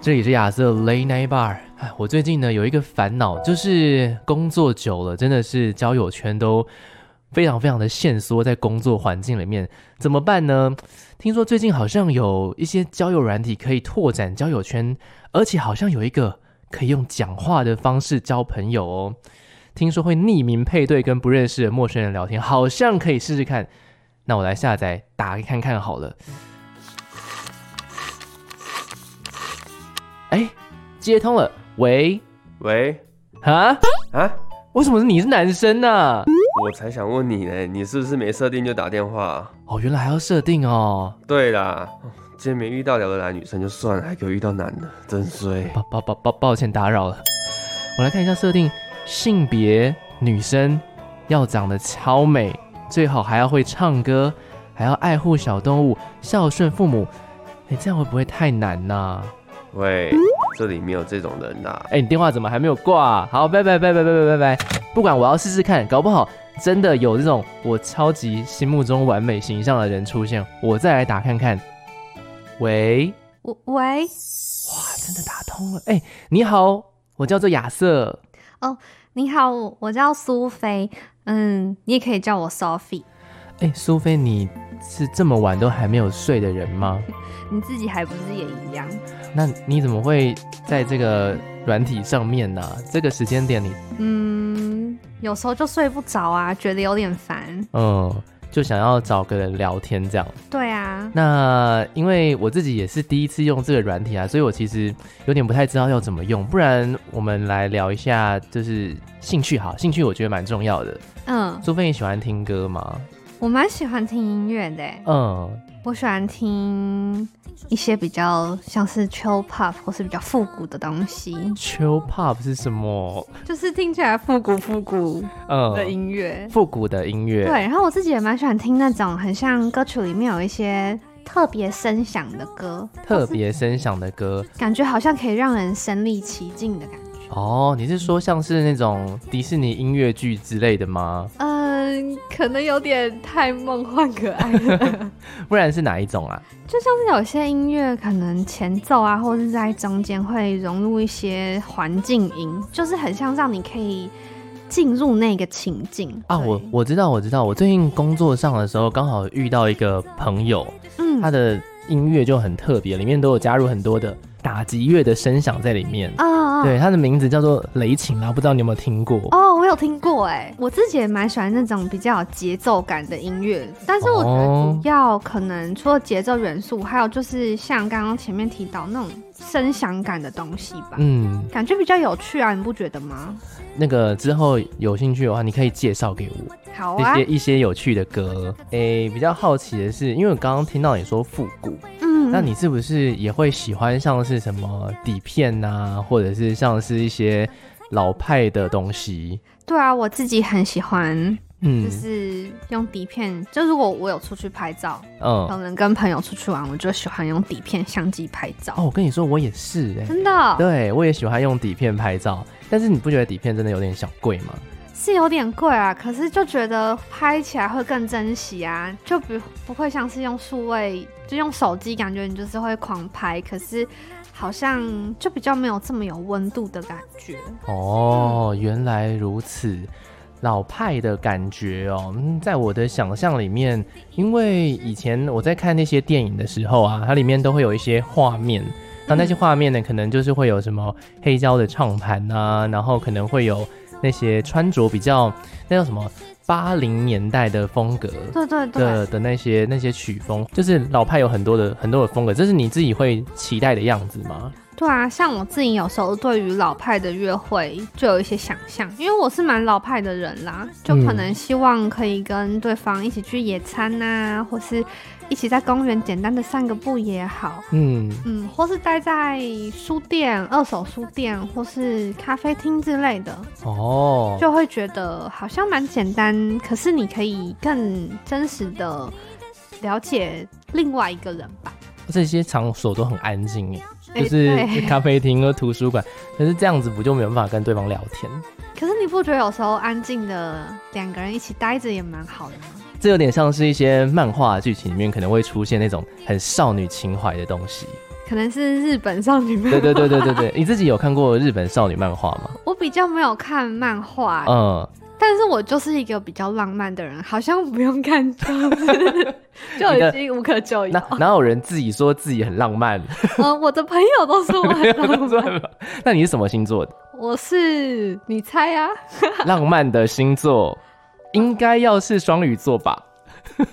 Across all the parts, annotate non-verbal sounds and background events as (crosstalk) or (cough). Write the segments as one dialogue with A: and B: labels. A: 这里是亚瑟 Late Night Bar。哎我最近呢有一个烦恼，就是工作久了，真的是交友圈都非常非常的限缩在工作环境里面，怎么办呢？听说最近好像有一些交友软体可以拓展交友圈，而且好像有一个可以用讲话的方式交朋友哦。听说会匿名配对跟不认识的陌生人聊天，好像可以试试看。那我来下载打开看看好了。哎，接通了，喂，
B: 喂，
A: 啊？
B: 啊，
A: 为什么是你是男生啊呢、
B: 我才想问你呢，你是不是没设定就打电话、
A: 哦，原来还要设定哦，
B: 对啦，今天没遇到聊得来的女生就算了，还给我遇到男的，真衰。
A: 抱抱抱抱抱歉打扰了。我来看一下设定，性别女生，要长得超美，最好还要会唱歌，还要爱护小动物，孝顺父母。哎，这样会不会太难呐、
B: 喂，这里没有这种人啦。
A: 哎，你电话怎么还没有挂啊、好，拜拜拜拜拜拜拜拜。不管，我要试试看，搞不好真的有这种我超级心目中完美形象的人出现，我再来打看看。喂，
C: 我喂，
A: 哇，真的打通了！哎，你好，我叫做亚瑟。
C: 你好，我我叫苏菲，嗯，你也可以叫我 Sophie。
A: 哎，苏菲，你是这么晚都还没有睡的人吗？
C: 你自己还不是也一样？
A: 那你怎么会在这个软体上面呢、这个时间点你，
C: 嗯，有时候就睡不着啊，觉得有点烦。
A: 嗯，就想要找个人聊天这样。
C: 对啊，
A: 那因为我自己也是第一次用这个软体啊，所以我其实有点不太知道要怎么用。不然我们来聊一下，就是兴趣好，兴趣我觉得蛮重要的。
C: 嗯，
A: 苏菲，你喜欢听歌吗？
C: 我蛮喜欢听音乐的欸，
A: 嗯，
C: 我喜欢听一些比较像是 chill pop 或是比较复古的东西，
A: 秋 pop 是什么？
C: 就是听起来复古复古的
A: 嗯，
C: 音乐。
A: 复古的音乐。
C: 对，然后我自己也蛮喜欢听那种很像歌曲里面有一些特别声响的歌，
A: 特别声响的歌
C: 感觉好像可以让人身临其境的感觉。
A: 哦，你是说像是那种迪士尼音乐剧之类的吗？
C: 嗯，可能有点太梦幻可爱了，
A: 不然是哪一种啊？
C: (laughs) 就像是有些音乐可能前奏啊，或是在中间会融入一些环境音，就是很像让你可以进入那个情境
A: 啊，
C: 对
A: 我我知道，我知道，我最近工作上的时候刚好遇到一个朋友，
C: 嗯
A: 他的音乐就很特别，里面都有加入很多的打击乐的声响在里面。
C: 啊
A: 对，他的名字叫做雷琴啦，不知道你有没有听过？
C: 哦，我有听过哎，我自己也蛮喜欢那种比较有节奏感的音乐，但是我觉得主要可能除了节奏元素，还有就是像刚刚前面提到那种声响感的东西吧，
A: 嗯，
C: 感觉比较有趣啊，你不觉得吗？
A: 那个之后有兴趣的话，你可以介绍给我。
C: 好
A: 一
C: 啊
A: 些，一些有趣的歌。诶、比较好奇的是，因为我刚刚听到你说复古，
C: 嗯，
A: 那你是不是也会喜欢像是什么底片呐、或者是像是一些老派的东西？
C: 对啊，我自己很喜欢，
A: 嗯
C: 就是用底片，就如果我有出去拍照，可
A: 嗯。
C: 能跟朋友出去玩，我就喜欢用底片相机拍照，
A: 哦，我跟你说，我也是哎、
C: 真的
A: 对我也喜欢用底片拍照，但是你不觉得底片真的有点小贵吗？
C: 是有点贵啊，可是就觉得拍起来会更珍惜啊，就不不会像是用数位，就用手机，感觉你就是会狂拍，可是好像就比较没有这么有温度的感觉。
A: 哦，原来如此，老派的感觉哦。嗯在我的想象里面，因为以前我在看那些电影的时候啊，它里面都会有一些画面。那那些画面呢，可能就是会有什么黑胶的唱盘啊，然后可能会有那些穿着比较那叫什么八零年代的风格
C: 对对对，
A: 的的那些那些曲风，就是老派有很多的很多的风格，这是你自己会期待的样子吗？
C: 对啊，像我自己有时候对于老派的约会就有一些想象，因为我是蛮老派的人啦，就
A: 嗯
C: 可能希望可以跟对方一起去野餐呐、或是一起在公园简单的散个步也好，
A: 嗯，
C: 嗯，或是待在书店、二手书店或是咖啡厅之类的，
A: 哦，
C: 就会觉得好像蛮简单，可是你可以更真实的了解另外一个人吧。
A: 这些场所都很安静耶，
C: 哎
A: 就是
C: 对
A: 咖啡厅和图书馆。可是这样子不就没办法跟对方聊天？
C: 可是你不觉得有时候安静的两个人一起待着也蛮好的吗？
A: 这有点像是一些漫画剧情里面可能会出现那种很少女情怀的东西。
C: 可能是日本少女漫画。
A: 对对对对对
C: (laughs)
A: 对，你自己有看过日本少女漫画吗？
C: 我比较没有看漫画，
A: 嗯，
C: 但是我就是一个比较浪漫的人，好像不用看这样
A: (laughs)
C: 子就已经无可救
A: 那
C: 药。
A: 哪有人自己说自己很浪
C: (laughs)
A: 漫？ (laughs)
C: 呃，我的朋友都说我很浪漫，
A: 那你是什么星座的？
C: 我是你猜啊？ (laughs)
A: 浪漫的星座应该要是双鱼座吧？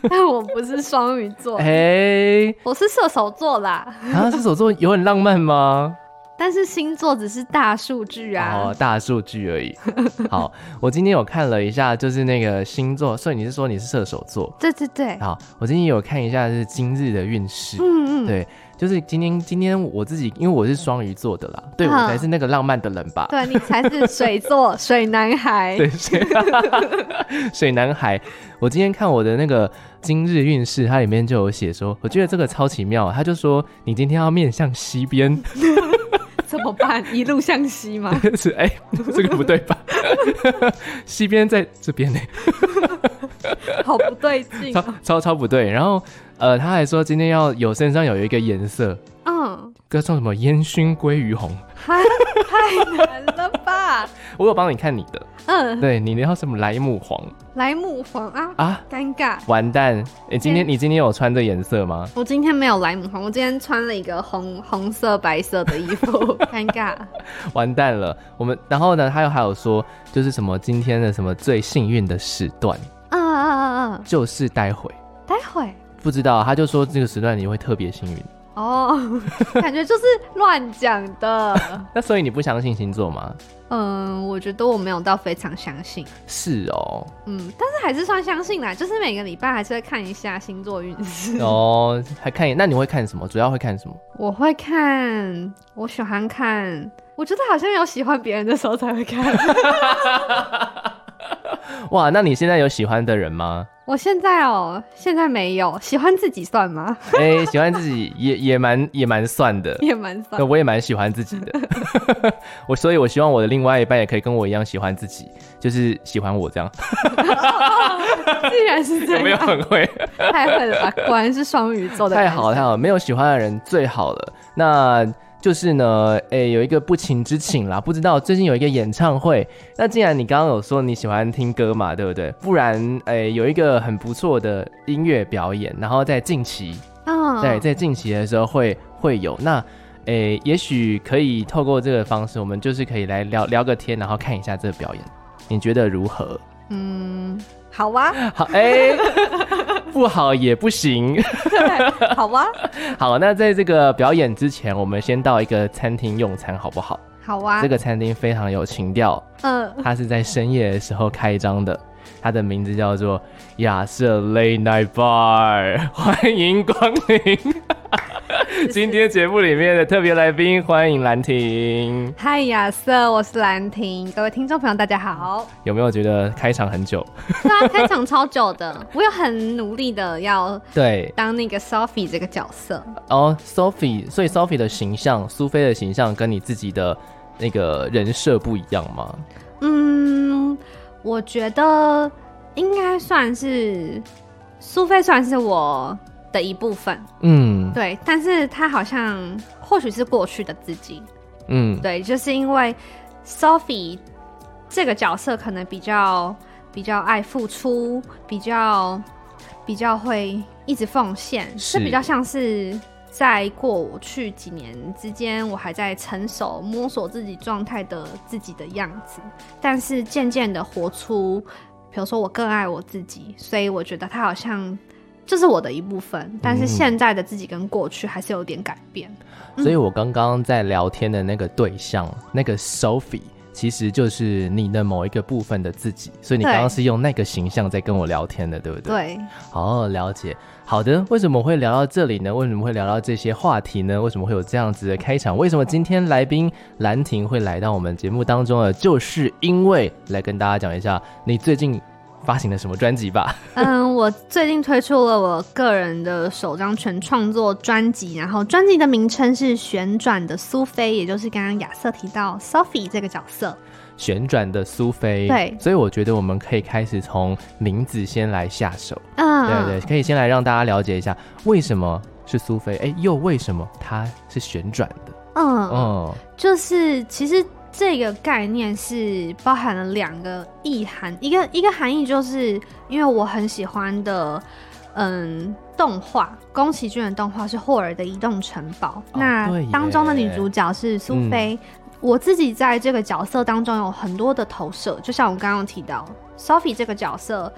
C: 但我不是双鱼座，
A: 哎、
C: 我是射手座啦。
A: 啊，射手座有很浪漫吗？
C: 但是星座只是大数据啊
A: 哦，，大数据
C: (laughs)
A: 而已。好，我今天有看了一下，就是那个星座，所以你是说你是射手座？
C: 对对对，
A: 好，我今天有看一下是今日的运势。
C: 嗯嗯，
A: 对，就是今天，今天我自己，因为我是双鱼座的啦，对我
C: 嗯
A: 才是那个浪漫的人吧？
C: 对你才是水
A: (laughs)
C: 座水男孩。
A: 对，水 (laughs) 水男孩。我今天看我的那个今日运势，它里面就有写说，我觉得这个超奇妙。他就说，你今天要面向西边， (laughs)
C: 怎么办？一路向西吗？
A: 是哎、这个不对吧？ (laughs) 西边在这边呢、
C: (laughs) 好不对劲
A: 超
C: 哦。
A: 超超不对。然后呃，他还说今天要有身上有一个颜色，
C: 嗯，
A: 叫做什么烟熏鲑鱼红。
C: 太太难了吧？
A: 我有帮你看你的，
C: 嗯，
A: 对你要什么莱姆黄
C: 莱姆黄啊，
A: 啊？
C: 尴尬。
A: 完蛋！你、今天你今天有穿这颜色吗？
C: 我今天没有莱姆黄，我今天穿了一个红红色白色的衣服，尴尬。
A: 完蛋了，我们然后呢，他又还有说，就是什么今天的什么最幸运的时段，
C: 嗯嗯嗯嗯，
A: 就是待会
C: 待会
A: 不知道，他就说这个时段你会特别幸运。
C: 哦， (laughs) 感觉就是乱讲的。
A: 那所以你不相信星座吗？
C: 嗯，我觉得我没有到非常相信，
A: 是哦，
C: 嗯，但是还是算相信啦，就是每个礼拜还是会看一下星座运势。
A: 哦，还看那你会看什么？主要会看什么？
C: 我会看，我喜欢看，我觉得好像有喜欢别人的时候才
A: (laughs)
C: 会看。
A: 哇，那你现在有喜欢的人吗？
C: 我现在哦，现在没有喜欢自己算吗？ (laughs)
A: 哎、喜欢自己也也蛮也蛮算的，
C: 也蛮算
A: 那。我也蛮喜欢自己的。 (laughs) 我所以，我希望我的另外一半也可以跟我一样喜欢自己，就是喜欢我这样，
C: 既然是这
A: 有没有
C: 样，
A: 很会？
C: 太会了吧？果然是双鱼座的男
A: 太
C: 生，
A: 好了，太好了，没有喜欢的人最好了。那就是呢，诶，有一个不情之请啦，不知道最近有一个演唱会。那既然你刚刚有说你喜欢听歌嘛，对不对？不然，诶，有一个很不错的音乐表演，然后在近期，
C: 嗯，
A: 对，在近期的时候会会有那。诶，也许可以透过这个方式，我们就是可以来聊聊个天，然后看一下这个表演，你觉得如何？ (laughs)
C: 嗯，好哇，
A: 好，诶，
C: (laughs)
A: 不好也不行。 (laughs)
C: 对， (laughs) 好啊哇，
A: 好，那在这个表演之前，我们先到一个餐厅用餐，好不好？
C: 好啊哇，
A: 这个餐厅非常有情调，
C: 嗯，
A: 它是在深夜的时候开张的，它的名字叫做亚瑟 Late Night Bar，欢 (laughs) 迎光临。今天节目里面的特别来宾，欢迎兰婷。
C: 嗨，亚瑟，我是兰婷，各位听众朋友，大家好。 (laughs)
A: 有没有觉得开场很久？
C: 对啊，开场超久的，我有很努力的要
A: 对，
C: 当那个 Sophie 这个角色，
A: 哦、s o p h i e 所以 Sophie 的形象，苏菲的形象跟你自己的那个人设不一样吗？
C: 嗯，我觉得应该算是苏菲，算是我的一部分，
A: 嗯
C: 对。但是她好像或许是过去的自己，
A: 嗯，
C: 对，就是因为 Sophie 这个角色可能比较比较爱付出，比较比较会一直奉献，
A: 是
C: 这比较像是。在过去几年之间，我还在成熟摸索自己状态的自己的样子，但是渐渐的活出，比如说我更爱我自己，所以我觉得他好像就是我的一部分，但是
A: 嗯
C: 现在的自己跟过去还是有点改变。
A: 所以我刚刚在聊天的那个对象，那个 Sophie，其实就是你的某一个部分的自己，所以你
C: 对
A: 刚刚是用那个形象在跟我聊天的，对不对？。
C: 对，
A: 哦，了解。好的，为什么会聊到这里呢？为什么会聊到这些话题呢？为什么会有这样子的开场？为什么今天来宾兰婷会来到我们节目当中呢？就是因为来跟大家讲一下你最近发行了什么专辑吧。 (laughs)
C: 嗯，我最近推出了我个人的首张全创作专辑，然后专辑的名称是《旋转的苏菲》，也就是刚刚亚瑟提到 Sophie 这个角色。
A: 旋转的苏菲，
C: 对
A: 所以我觉得我们可以开始从名字先来下手。
C: 嗯，
A: 对对，可以先来让大家了解一下为什么是苏菲，哎，又为什么它是旋转的？
C: 嗯，
A: 哦，
C: 就是其实这个概念是包含了两个意涵，一个一个含义就是因为我很喜欢的，嗯，动画宫崎骏的动画是霍尔的《移动城堡》
A: 哦
C: 那
A: 对耶嗯
C: 当中的女主角是苏菲。我自己在这个角色当中有很多的投射，就像我刚刚有提到，Sophie 这个角色，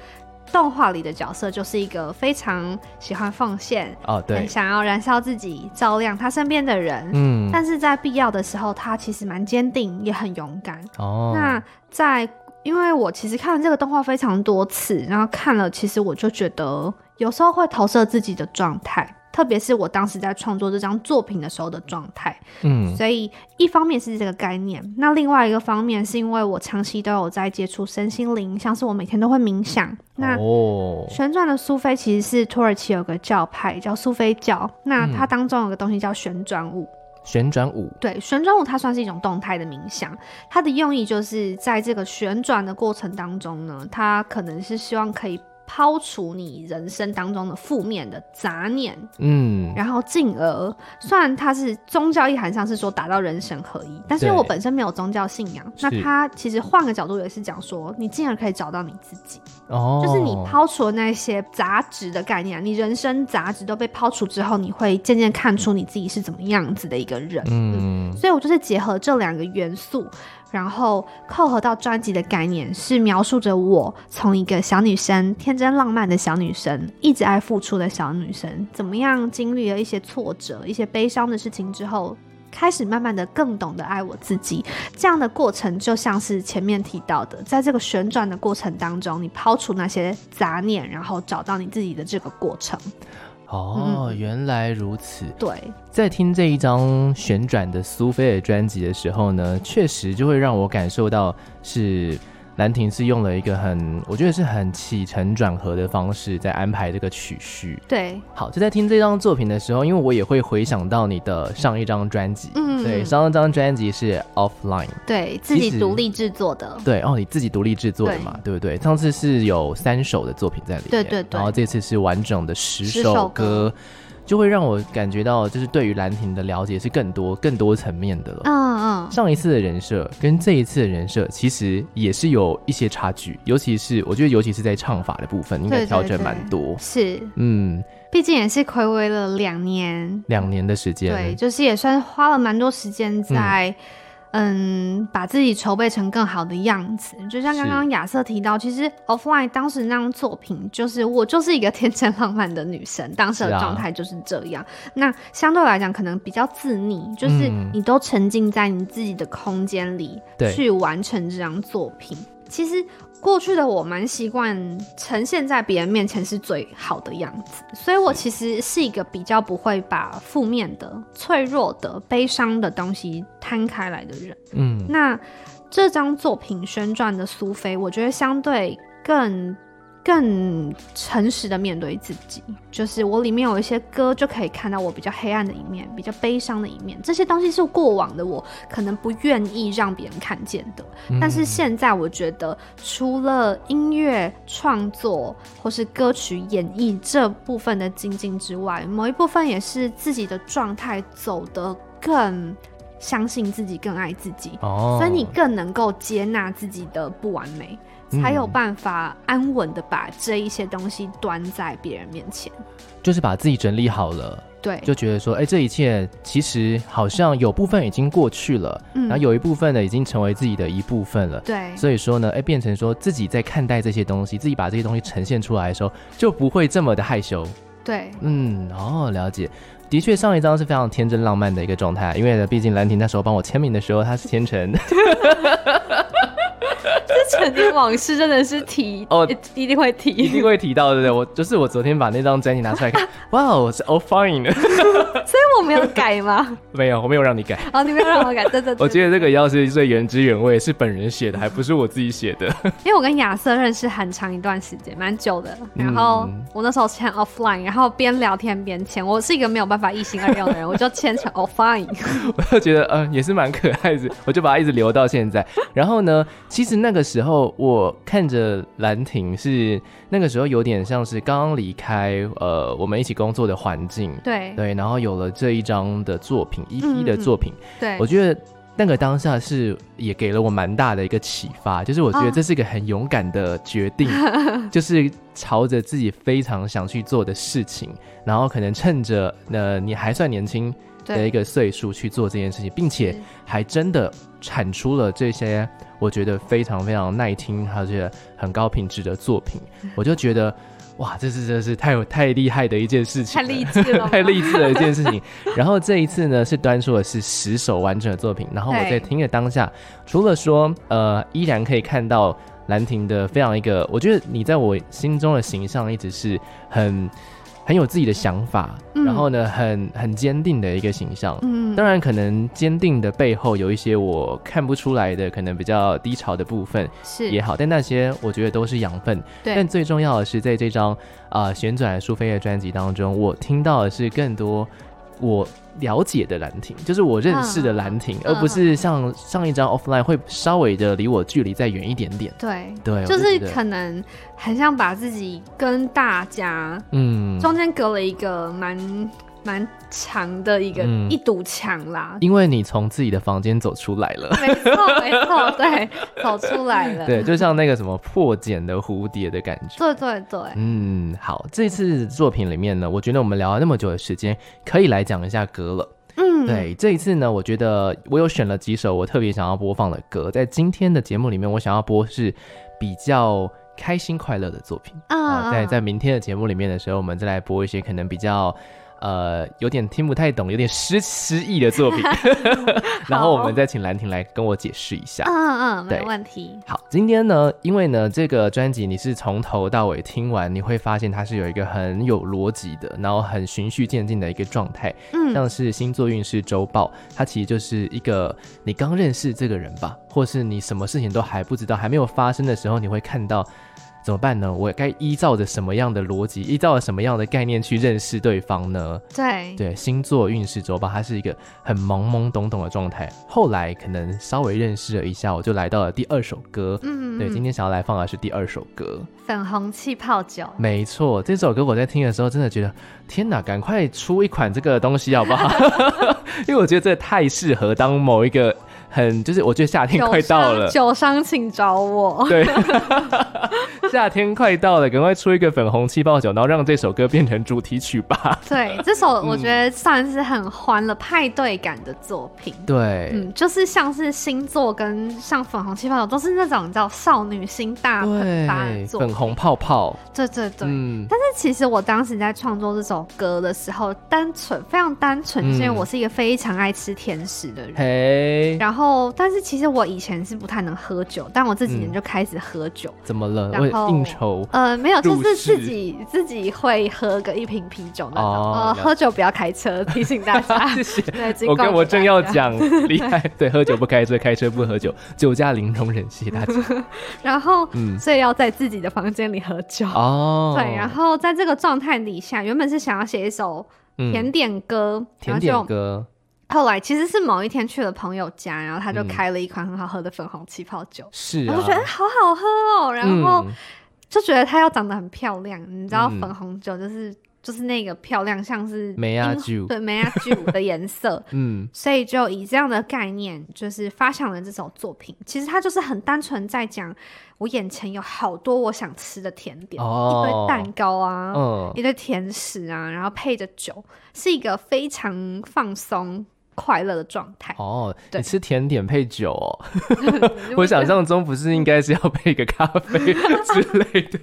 C: 动画里的角色就是一个非常喜欢奉献，
A: 哦，对
C: 很，想要燃烧自己，照亮他身边的人，
A: 嗯，
C: 但是在必要的时候，他其实蛮坚定，也很勇敢。
A: 哦，
C: 那在因为我其实看了这个动画非常多次，然后看了，其实我就觉得有时候会投射自己的状态，特别是我当时在创作这张作品的时候的状态。
A: 嗯，
C: 所以一方面是这个概念，那另外一个方面是因为我长期都有在接触身心灵，像是我每天都会冥想，那
A: 哦，
C: 旋转的苏菲其实是土耳其有个教派叫苏菲教，那
A: 嗯
C: 它当中有个东西叫旋转舞。
A: 旋转舞，
C: 对，旋转舞它算是一种动态的冥想，它的用意就是在这个旋转的过程当中呢，它可能是希望可以抛除你人生当中的负面的杂念，
A: 嗯，
C: 然后进而虽然它是宗教意涵上是说达到人神合一，但是因为
A: 对
C: 我本身没有宗教信仰，那
A: 是
C: 它其实换个角度也是讲说，你进而可以找到你自己，
A: 哦，
C: 就是你抛除了那些杂质的概念，你人生杂质都被抛除之后，你会渐渐看出你自己是怎么样子的一个人，
A: 嗯，
C: 所以我就是结合这两个元素，然后扣合到专辑的概念，是描述着我从一个小女生，天真浪漫的小女生，一直爱付出的小女生，怎么样经历了一些挫折、一些悲伤的事情之后。开始慢慢的更懂得爱我自己，这样的过程就像是前面提到的，在这个旋转的过程当中，你抛除那些杂念，然后找到你自己的这个过程。
A: 哦，
C: 嗯
A: 原来如此。
C: 对，
A: 在听这一张旋转的苏菲尔专辑的时候呢，确实就会让我感受到是兰亭是用了一个很，我觉得是很起承转合的方式在安排这个曲序。
C: 对，
A: 好，就在听这张作品的时候，因为我也会回想到你的上一张专辑，
C: 嗯
A: 对，上一张专辑是 Offline，
C: 对自
A: 其
C: 己
A: 实
C: 独立制作的。
A: 对，哦，你自己独立制作的嘛，对不对？上次是有三首的作品在里面，
C: 嗯对对对
A: 然后这次是完整的十
C: 10
A: 首
C: 首
A: 歌
C: 歌，
A: 就会让我感觉到，就是对于兰亭的了解是更多、更多层面的了。
C: 嗯嗯，
A: 上一次的人设跟这一次的人设其实也是有一些差距，尤其是我觉得，尤其是在唱法的部分，应该
C: 对对
A: 调整
C: 对
A: 蛮多。
C: 是，
A: 嗯，
C: 毕竟也是暌违了两年，
A: 两年的时间，
C: 对，就是也算花了蛮多时间在，嗯把自己筹备成更好的样子。就像刚
A: 是
C: 刚亚瑟提到，其实 Offline 当时那张作品，就是我就是一个天真浪漫的女生，当时
A: 是
C: 的
A: 啊
C: 状态就是这样。那相对来讲，可能比较自溺，就是
A: 嗯
C: 你都沉浸在你自己的空间里
A: 对
C: 去完成这张作品。其实过去的我蛮习惯呈现在别人面前是最好的样子，所以我其实是一个比较不会把负面的、脆弱的、悲伤的东西摊开来的人。
A: 嗯，
C: 那这张作品宣传的苏菲，我觉得相对更更诚实的面对自己，就是我里面有一些歌就可以看到我比较黑暗的一面，比较悲伤的一面，这些东西是过往的我可能不愿意让别人看见的。
A: 嗯
C: 但是现在我觉得，除了音乐创作或是歌曲演绎这部分的精进之外，某一部分也是自己的状态走得更相信自己，更爱自己，
A: 哦，
C: 所以你更能够接纳自己的不完美，
A: 嗯
C: 才有办法安稳的把这一些东西端在别人面前。
A: 就是把自己整理好了。
C: 对，
A: 就觉得说，哎、这一切其实好像有部分已经过去了，
C: 嗯
A: 然后有一部分呢已经成为自己的一部分了。
C: 对，
A: 所以说呢，哎，变成说自己在看待这些东西，自己把这些东西呈现出来的时候，就不会这么的害羞。
C: 对，
A: 嗯，哦，了解。的确，上一张是非常天真浪漫的一个状态，因为呢，毕竟兰亭那时候帮我签名的时候，他是签
C: (laughs)
A: 成
C: (laughs) 这曾经往事真的是提
A: 哦
C: 一定会
A: 一定
C: 提，
A: 会提到，对不对？我就是我昨天把那张专辑拿出来
C: (laughs)
A: 看，哇，哦，是 all fine， (laughs)
C: 我没有改吗？
A: 没有，我没有让你改。
C: 哦，你没有让我改，对对对。
A: (laughs) 我觉得这个要是最原汁原味，是本人写的，还不是我自己写的。 (laughs)
C: 因为我跟亚瑟认识很长一段时间，蛮久的。然后
A: 嗯
C: 我那时候签 offline，然后边聊天边签。我是一个没有办法一心二用的人，我就签成
A: (laughs)
C: offline。
A: 呃我就觉得，嗯、也是蛮可爱的，我就把它一直留到现在。然后呢，其实那个时后我看着兰亭是那个时候有点像是刚刚离开呃我们一起工作的环境，
C: 对
A: 对，然后有了这一张的作品，一批的作品，
C: 对
A: 我，觉得那个当下是也给了我蛮大的一个启发，就是我觉得
C: 啊
A: 这是一个很勇敢的决定，就是朝着自己非常想去做的事情，然后可能趁着呃你还算年轻的一
C: 对
A: 个岁数去做这件事情，并且
C: 是
A: 还真的产出了这些我觉得非常非常耐听而且很高品质的作品，我就觉得哇，这是这是太有太厉害的一件事情
C: 太
A: 了，
C: 励志
A: (laughs)
C: 了，
A: 太励志了一件事情。然后这一次呢，是端出的是十首完整的作品。然后我在
C: 对
A: 听的当下，除了说呃，依然可以看到兰亭的非常一个，我觉得你在我心中的形象一直是很很有自己的想法，
C: 嗯
A: 然后呢，很很坚定的一个形象。
C: 嗯，
A: 当然，可能坚定的背后有一些我看不出来的，可能比较低潮的部分
C: 是
A: 也好，但那些我觉得都是养分。但
C: 对
A: 最重要的是，在这张啊、呃旋转苏菲的专辑当中，我听到的是更多我了解的兰亭，就是我认识
C: 嗯
A: 的兰亭，而不是像上一张 offline 会稍微的离我距离再远一点点。
C: 对，
A: 对，
C: 就
A: 哎我
C: 是
A: 觉得
C: 可能很像把自己跟大家
A: 嗯，
C: 中间隔了一个蛮蛮长的一个、
A: 嗯，
C: 一堵墙啦
A: 因为你从自己的房间走出来了。 (laughs)
C: 没错没错，对，走出来了，
A: 对，就像那个什么破茧的蝴蝶的感觉。
C: 对对对，
A: 嗯，好，这次作品里面呢，我觉得我们聊了那么久的时间，可以来讲一下歌了。
C: 嗯，
A: 对，这一次呢，我觉得我有选了几首我特别想要播放的歌，在今天的节目里面，我想要播是比较开心快乐的作品啊、
C: 啊，
A: 在在明天的节目里面的时候，我们再来播一些可能比较。呃，有点听不太懂，有点失失忆的
C: (laughs)
A: 作品， (laughs) 然后我们再请兰亭来跟我解释一下。
C: 嗯嗯，
A: 对
C: 没问题，
A: 好，今天呢，因为呢，这个专辑你是从头到尾听完，你会发现它是有一个很有逻辑的，然后很循序渐进的一个状态。
C: 嗯，
A: 像是星座运势周报，它其实就是一个你刚认识这个人吧，或是你什么事情都还不知道、还没有发生的时候，你会看到怎么办呢？我该依照着什么样的逻辑，依照着什么样的概念去认识对方呢？
C: 对，
A: 对，星座运势周报，它是一个很懵懵懂懂的状态。后来可能稍微认识了一下，我就来到了第二首歌。
C: 嗯，
A: 对，今
C: 天
A: 天想要来放的是第二首歌。
C: 粉红气
A: (laughs)
C: 泡酒，
A: 没错，这首歌我在听的时候真的觉得，天哪，赶快出一款这个东西好不好？ (laughs) 因为我觉得这太适合当某一个很，就是我觉得夏天快到了，
C: 酒商请找我，
A: 对， (laughs) 夏天快到了，赶快出一个粉红气泡酒，然后让这首歌变成主题曲
C: (laughs)
A: 吧。
C: 对，
A: (laughs)
C: 这首
A: 嗯
C: 我觉得算是很欢乐派对感的作品。
A: 对，
C: 嗯，就是像是星座跟像粉红气泡酒都是那种你知道少女心大喷发的
A: 对，
C: 作
A: 粉
C: 品，
A: 红泡泡，
C: 对对对。
A: 嗯，
C: 但是其实我当时在创作这首歌的时候，单纯非常单纯，就是因为
A: 嗯
C: 我是一个非常爱吃甜食的人。
A: 嘿，
C: 然后，但是其实我以前是不太能喝酒，但我这几年
A: 嗯
C: 就开始喝酒。
A: 怎么了？
C: 然
A: 我
C: 后
A: 应酬。
C: 呃，没有，就
A: 入
C: 是
A: 世
C: 自己自己会喝个一瓶啤酒那种。
A: 哦了
C: 呃，
A: 解
C: 喝酒不要开车，提醒大
A: (laughs)
C: 家。
A: 谢谢。
C: 对，警
A: 我
C: 告
A: 跟我
C: 大
A: 正要
C: 家。
A: 讲厉
C: (laughs)
A: 害，对，喝酒不开车，开车不喝酒，酒驾零容忍，谢谢
C: (laughs)
A: 大家。
C: 然后，
A: 嗯
C: 所以要在自己的房间里喝酒。
A: 哦，
C: 对，然后在这个状态底下，原本是想要写一首甜
A: 嗯、
C: 点歌，然
A: 甜
C: 后
A: 点
C: 就
A: 歌，
C: 后来其实是某一天去了朋友家，然后他就
A: 嗯
C: 开了一款很好喝的粉红气泡酒，
A: 是
C: 我
A: 啊，
C: 就觉得哎好好喝哦，然后
A: 嗯
C: 就觉得她要长得很漂亮，你知道
A: 嗯
C: 粉红酒就是、就是那个漂亮，像是
A: 梅亚
C: 樱
A: 酒。
C: 对梅亚酒的颜色
A: (laughs) 嗯
C: 所以就以这样的概念，就是发想了这首作品。其实它就是很单纯在讲，我眼前有好多我想吃的甜点，
A: 哦
C: 一堆蛋糕啊，
A: 嗯
C: 一堆甜食啊，然后配着酒，是一个非常放松、快乐的状态。
A: 哦，
C: 对
A: 你吃甜点配酒哦，
C: 你不
A: 我
C: 觉 (laughs) 得
A: 想象中不是应该是要配个咖啡之类
C: (laughs)
A: 的，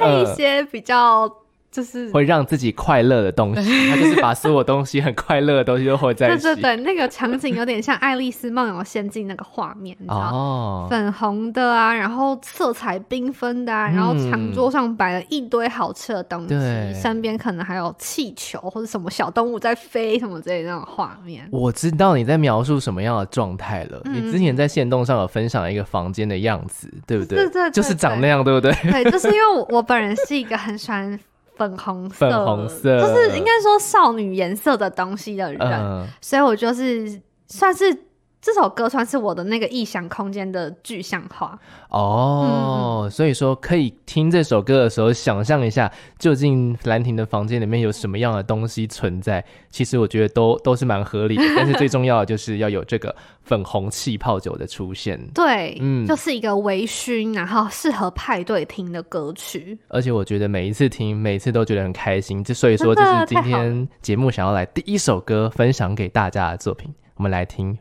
A: 呃
C: 配一些比较就是
A: 会让自己快乐的东西，它就是把所有东西很快乐的东西都混在
C: 对
A: 一起。
C: 对对，那个场景有点像《爱丽丝梦游仙境》那个画面，你知道。
A: 哦，
C: 粉红的啊，然后色彩缤纷的啊，然后长桌上摆了一堆好吃的东西，
A: 嗯对
C: 身边可能还有气球或者什么小动物在飞什么之类的那种画面。 (laughs)
A: 我知道你在描述什么样的状态了。你之
C: 嗯
A: 前在线动上有分享一个房间的样子，对不 (laughs) 对？
C: 对对
A: 就是
C: 对
A: 长
C: 对
A: 那样，对不对？
C: 对，就是因为我我本人是一个很喜欢粉红色，
A: 粉红色
C: 就是应该说少女颜色的东西的人，
A: 嗯，
C: 所以我就是算是这首歌算是我的那个异想空间的具象化。
A: 哦，所以说可以听这首歌的时候，想象一下究竟兰亭的房间里面有什么样的东西存在。其实我觉得都都是蛮合理的，但是最重要的就是要有这个粉红气泡酒的出现。
C: 对，
A: 嗯
C: 就是一个微醺，然后适合派对听的歌曲。
A: 而且我觉得每一次听，每一次都觉得很开心。之所以说，这
C: 真
A: 是
C: 的
A: 今
C: 太好了
A: 天节目想要来第一首歌分享给大家的作品，我们来听。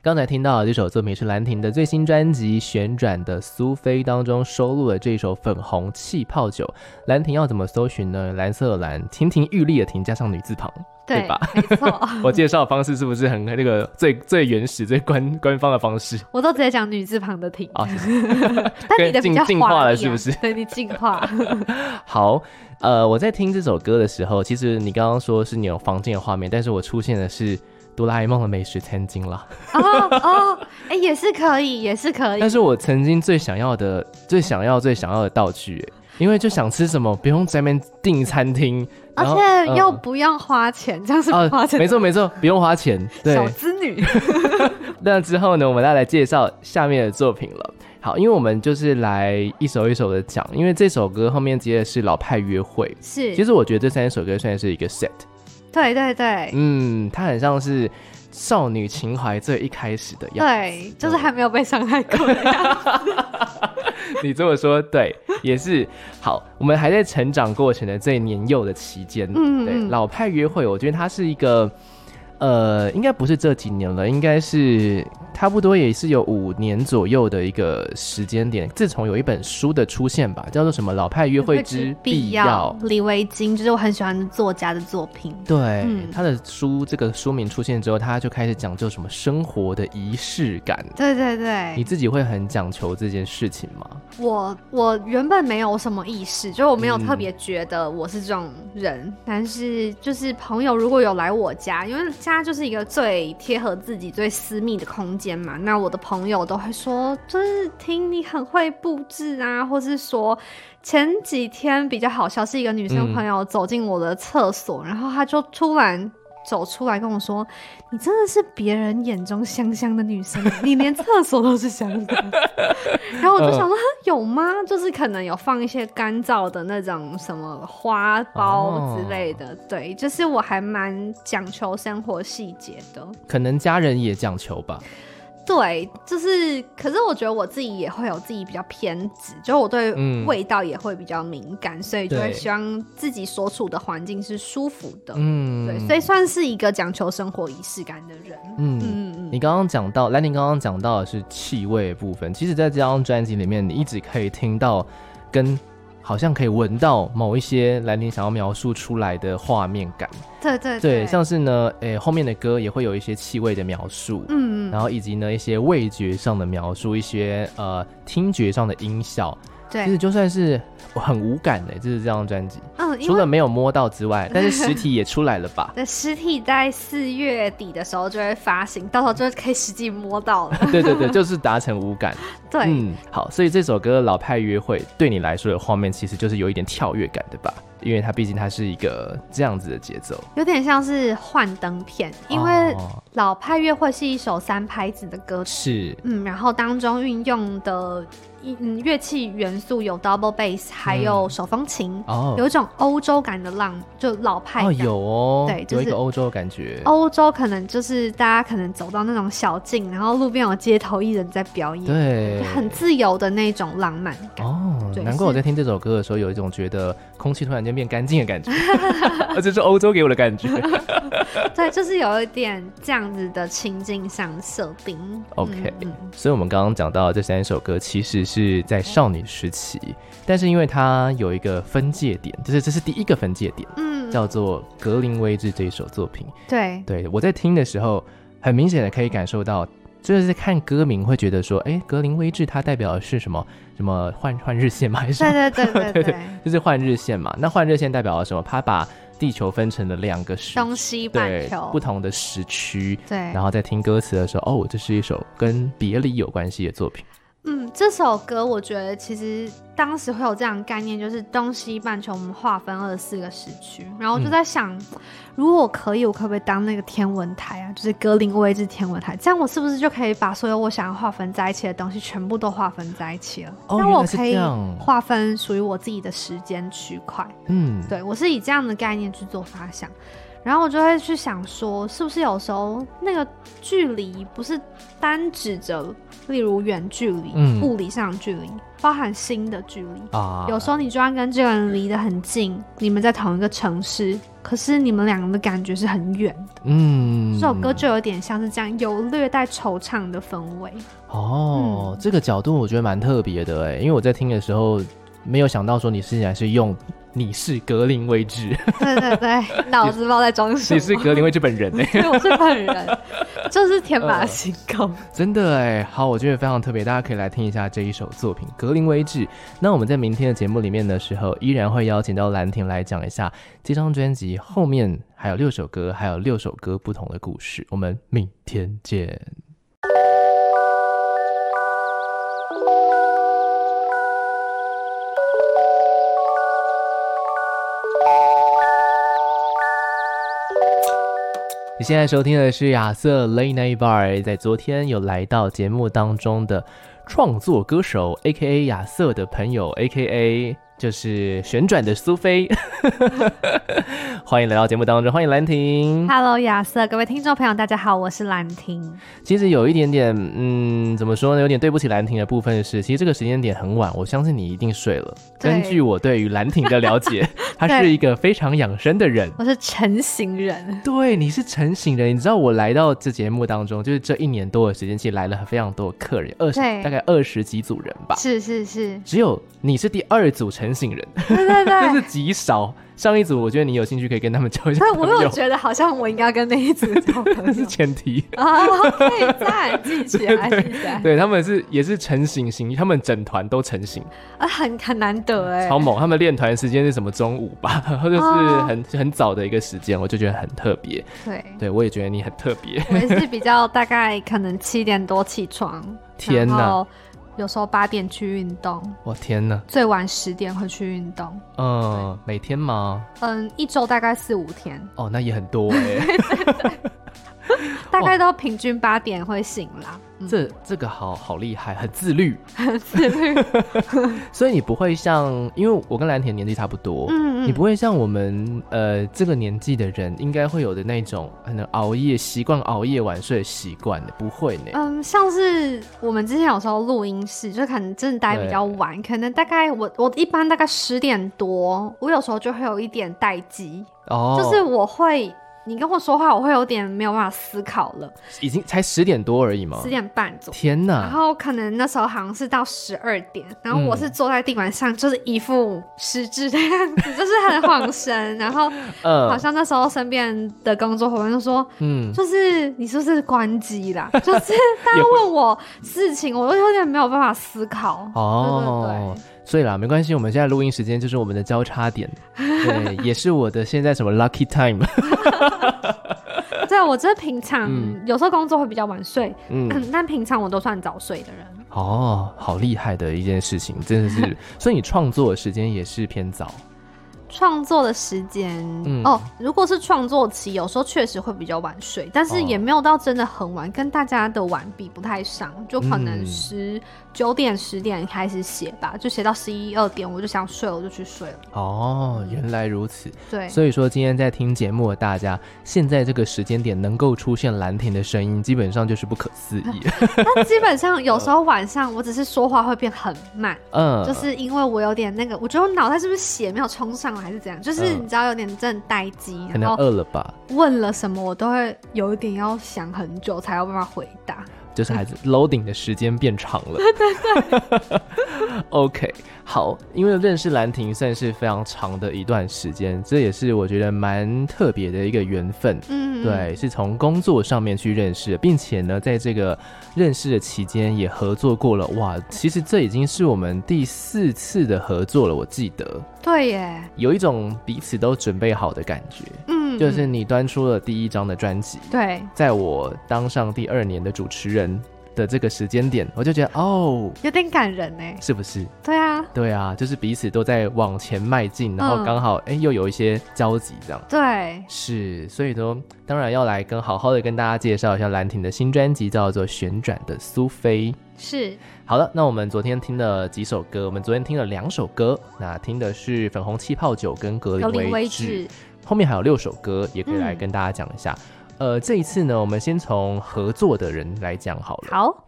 A: 刚才听到的这首作品是兰亭的最新专辑《旋转的苏菲》当中收录了这首《粉红气泡酒》。兰亭要怎么搜寻呢？蓝色的蓝，亭亭玉立的亭，加上女字旁，对吧？
C: 没错， (laughs)
A: 我介绍的方式是不是很那个最最原始、最官 (laughs) 官方的方式？
C: 我都直接讲女字旁的听。
A: 啊谢
C: 但你的比较
A: 跟进进
C: 华
A: 化了
C: 丽啊
A: 是不是
C: 对你进化，
A: 好，呃，我在听这首歌的时候，其实你刚刚说是你有房间的画面，但是我出现的是哆啦 A 梦的美食餐巾啦。
C: 哦哦，哎、也是可以，也是可以
A: 但。是我曾经最想要的、最想要、最想要的道具耶，因为就想吃什么，不用在那边订餐厅，
C: 而
A: 然后
C: 且又
A: 嗯
C: 不用花钱，这样是
A: 啊
C: 不花钱的、
A: 没错没错，不用花
C: (laughs)
A: 钱。对，
C: 小资
A: (laughs)
C: 女，
A: 那之后呢，我们要来介绍下面的作品了。好，因为我们就是来一首一首的讲，因为这首歌后面接的是老派约会。
C: 是，
A: 其实我觉得这三首歌算是一个 set，
C: 对对对、
A: 嗯，它很像是少女情怀最一开始的样子。
C: 对，就是还没有被伤害过的样子。
A: 你这么说，对，也是好。我们还在成长过程的最年幼的期间，
C: 嗯
A: 对，
C: 嗯
A: 老派约会，我觉得它是一个，呃，应该不是这几年了，应该是差不多也是有五年左右的一个时间点。自从有一本书的出现吧，叫做什么《老派约会之必要》，
C: 李维京就是我很喜欢的作家的作品。
A: 对，
C: 嗯
A: 他的书这个书名出现之后，他就开始讲究什么生活的仪式感。
C: 对对
A: 你
C: 对，
A: 自己会很讲求这件事情吗？
C: 我我原本没有什么意识，就是我没有
A: 嗯
C: 特别觉得我是这种人，但是就是朋友如果有来我家，因为家就是一个最贴合自己、最私密的空间嘛，那我的朋友都会说，就是听你很会布置啊，或是说前几天比较好笑，是一个女生
A: 嗯
C: 朋友走进我的厕所，然后她就突然走出来跟我说：“你真的是别人眼中香香的女生， (laughs) 你连厕所都是香的。” (laughs) 然后我就想
A: 嗯
C: 说：“哈有吗？就是可能有放一些干燥的那种什么花苞之类的。
A: 哦
C: 对，就是我还蛮讲求生活细节的。
A: 可能家人也讲求吧。
C: 对，就是，可是我觉得我自己也会有自己比较偏执，就是我对
A: 嗯
C: 味道也会比较敏感，所以就
A: 对
C: 会希望自己所处的环境是舒服的。
A: 嗯，
C: 对，所以算是一个讲求生活仪式感的人。
A: 嗯，
C: 嗯嗯
A: 你刚刚讲到，兰宁刚刚讲到的是气味的部分。其实，在这张专辑里面，你一直可以听到跟好像可以闻到某一些兰宁想要描述出来的画面感。
C: 嗯，对对
A: 对，像是呢，诶、后面的歌也会有一些气味的描述。
C: 嗯嗯，
A: 然后以及呢一些味觉上的描述，一些呃听觉上的音效，其实
C: 对，
A: 就算是很无感的，就是这张专辑，
C: 嗯，因
A: 除
C: 为
A: 了没有摸到之外，但是实体也出来了
C: (laughs)
A: 吧？
C: 的实体在四月底的时候就会发行，到时候就可以实际摸到了。
A: 对对对，就是达成无感。
C: 对，
A: 嗯，好，所以这首歌《老派约会》对你来说的画面其实就是有一点跳跃感的吧？因为它毕竟它是一个这样子的节奏，
C: 有点像是幻灯片，因为
A: 哦
C: 老派乐会是一首三拍子的歌曲。
A: 是
C: 嗯，然后当中运用的一嗯乐器元素有 double bass，还有手风琴，
A: 嗯哦
C: 有一种欧洲感的浪，就老派
A: 哦
C: 感。
A: 有哦，
C: 对就
A: 有一
C: 是哦
A: 个欧洲的感觉。
C: 欧洲可能就是大家可能走到那种小径，然后路边有街头艺人在表演，
A: 对
C: 就，很自由的那种浪漫感。
A: 哦，
C: 对
A: 难怪我在听这首歌的时候，有一种觉得空气突然间变干净的感觉， (laughs) 而这是欧洲给我的感觉。
C: 对，就是有一点这样子的情境上设定。
A: OK
C: 嗯
A: 所以，我们刚刚讲到的这三首歌，其实是在少女时期，但是因为它有一个分界点，就是这是第一个分界点，
C: 嗯，嗯
A: 叫做《格林威治》这一首作品。
C: 对，
A: 对我在听的时候，很明显的可以感受到，就是看歌名会觉得说，哎，格林威治它代表的是什么？什么换换日线吗？还是什么
C: 对对对对对，
A: (laughs) 就是换日线嘛？那换日线代表了什么？它把地球分成了两个时
C: 东西半
A: 对
C: 球
A: 不，同的时区。
C: 对
A: 然后在听歌词的时候，哦，这是一首跟别离有关系的作品。
C: 嗯，这首歌我觉得其实当时会有这样的概念，就是东西半球我们划分二十四个时区，然
A: 嗯
C: 后我就在想，如果可以，我可不可以当那个天文台啊？就是格林威治天文台，这样我是不是就可以把所有我想要划分在一起的东西全部都划分在一起了？
A: 哦
C: 那
A: 原
C: 我
A: 来是
C: 可
A: 这
C: 以
A: 样
C: 划分属于我自己的时间区块。
A: 嗯，
C: 对我是以这样的概念去做发想，然后我就会去想说，是不是有时候那个距离不是单指着，例如远距离、
A: 嗯
C: 物理上的距离，包含心的距离。
A: 啊，
C: 有时候你就算跟这个人离得很近，你们在同一个城市，可是你们两个的感觉是很远的。
A: 嗯，
C: 这首歌就有点像是这样，有略带惆怅的氛围。 (laughs)
A: 哦，
C: 嗯
A: 这个角度我觉得蛮特别的哎，因为我在听的时候没有想到说你竟然是用你是格林威治， (laughs)
C: 对对对，脑子不知道在装什
A: 你是
C: 么。
A: 格林威治本人哎，
C: 对，我是
A: (laughs)
C: 本人，就是天马
A: 嗯
C: 行空。
A: 真的哎，好，我觉得非常特别，大家可以来听一下这一首作品《格林威治》。那我们在明天的节目里面的时候，依然会邀请到兰亭来讲一下这张专辑后面还有六首歌，还有六首歌不同的故事。我们明天见。你现在收听的是亚瑟 Late Night Bar，在昨天有来到节目当中的创作歌手 A K A 亚瑟的朋友 A K A 就是旋转的苏菲， (laughs) 欢迎来到节目当中，欢迎兰亭。
C: Hello，亚瑟，各位听众朋友，大家好，我是兰婷。
A: 其实有一点点，嗯，怎么说呢？有点对不起兰亭的部分是，其实这个时间点很晚，我相信你一定睡了。
C: 对
A: 根据我对于兰亭的了解，
C: (laughs)
A: 他是一个非常养生的人。
C: 我是成型人，
A: 对，你是成型人。你知道我来到这节目当中，就是这一年多的时间，其实来了非常多的客人，二十
C: 对
A: 大概二十几组人吧。，
C: 是是是
A: 只有你是第二组成型人，
C: 对对
A: 就
C: 对
A: 是。极少。上一组我觉得你有兴趣可以跟他们交一下
C: 但
A: 朋
C: 我
A: 友，
C: 有觉得好像我应该要跟那一组做朋
A: 这是 (laughs)
C: 友
A: 前提。
C: 啊，可以在记起来，记起来，
A: 对他们是也是成型型，他们整团都成型。
C: 啊，很很难得哎
A: 超，猛！他们练团时间是什么？中午吧， (laughs) 然后就是
C: 哦
A: 很、很早的一个时间，我就觉得很特别。
C: 对，
A: 对我也觉得你很特
C: (laughs)
A: 别。
C: 我也是比较大概可能七点多起床，
A: 天哪
C: 哪，有时候八点去运动，
A: 我天哪，
C: 最晚十点会去运动，
A: 嗯，每天吗？
C: 嗯，一周大概四五天，
A: 哦，那也很多哎、
C: 大概都平均八点会醒啦， (laughs) 嗯，
A: 这这个好好厉害，很自律。
C: 很自律，
A: (laughs) 所以你不会像，因为我跟蓝田年纪差不多，
C: 嗯嗯
A: 你不会像我们呃这个年纪的人应该会有的那种可能熬夜习惯、熬夜晚睡的习惯的，不会呢。
C: 嗯，像是我们之前有时候录音室，就可能真的待比较晚，可能大概我我一般大概十点多，我有时候就会有一点待机，
A: 哦，
C: 就是我会你跟我说话，我会有点没有办法思考了，
A: 已经才十点多而已嘛
C: 十。点半左右。
A: 哦天
C: 然
A: 哪！
C: 后可能那时候好像是到十二点，然后我
A: 嗯
C: 是坐在地板上，就是一副失智的样子，就是很恍神。然后
A: 嗯
C: 好像那时候身边的工作伙伴就说：“
A: 嗯，
C: 就是你是不是关
A: (laughs)
C: 机啦？就是大家问我事情，我都有点没有办法思考。
A: 哦，所以啦，没关系，我们现在录音时间就是我们的交叉
C: (laughs)
A: 点，对，也是我的现在什么 lucky time， (laughs)
C: 对对对，对我这平常、
A: 嗯
C: 有时候工作会比较晚睡，
A: 嗯，
C: (clears throat) 但平常我都算早睡的人。
A: 哦，好厉害的一件事情，真的
C: (laughs)
A: 是，所以你创作的时间也是偏早，
C: 创作的时间、
A: 嗯
C: 哦，如果是创作期，有时候确实会比较晚睡，但
A: 哦
C: 是也没有到真的很晚，跟大家的晚比不太上，就可能
A: 嗯
C: 十九点十点开始写吧，就写到十一二点，我就想睡了，我就去睡了。
A: 哦，原来如此，
C: 对，
A: 所以说今天在听节目的大家，现在这个时间点能够出现蓝田的声音，基本上就是不可思
C: (laughs)
A: 议，
C: 但基本上有时候晚上我只是说话会变很慢。
A: 嗯，
C: 就是因为我有点那个，我觉得我脑袋是不是血没有冲上来，还是怎样？就是
A: 嗯呃
C: 你知道有点正待机，
A: 可
C: 然
A: 能
C: 后
A: 饿了吧，
C: 问了什么，我都会有一点要想很久才有办法回答。
A: 就是
C: (laughs)
A: 孩子 loading 的时间变长了。对对 (laughs) OK，好，因为认识兰亭算是非常长的一段时间，这也是我觉得蛮特别的一个缘分。
C: 嗯，
A: 对，是从工作上面去认识的，并且呢，在这个认识的期间也合作过了。哇，其实这已经是我们第四次的合作了，我记得
C: 对耶，
A: 有一种彼此都准备好的感觉，
C: 嗯，
A: 就是你端出了第一张的专辑，
C: 对
A: 在我当上第二年的主持人的这个时间点，我就觉得哦，
C: 有点感人呢、
A: 是不是？
C: 对啊，
A: 对啊，就是彼此都在往前迈进，然后
C: 嗯
A: 刚好哎、又有一些交集这样。
C: 对，
A: 是，所以说当然要来跟好好的跟大家介绍一下兰亭的新专辑，叫做《旋转的苏菲》。
C: 是
A: 好了，那我们昨天听了几首歌，我们昨天听了两首歌，那听的是粉红气泡酒跟格
C: 有
A: 林
C: 林
A: 威
C: 威
A: 治，
C: 治，
A: 后面还有六首歌，也可以来
C: 嗯
A: 跟大家讲一下。呃，这一次呢，我们先从合作的人来讲好了，
C: 好，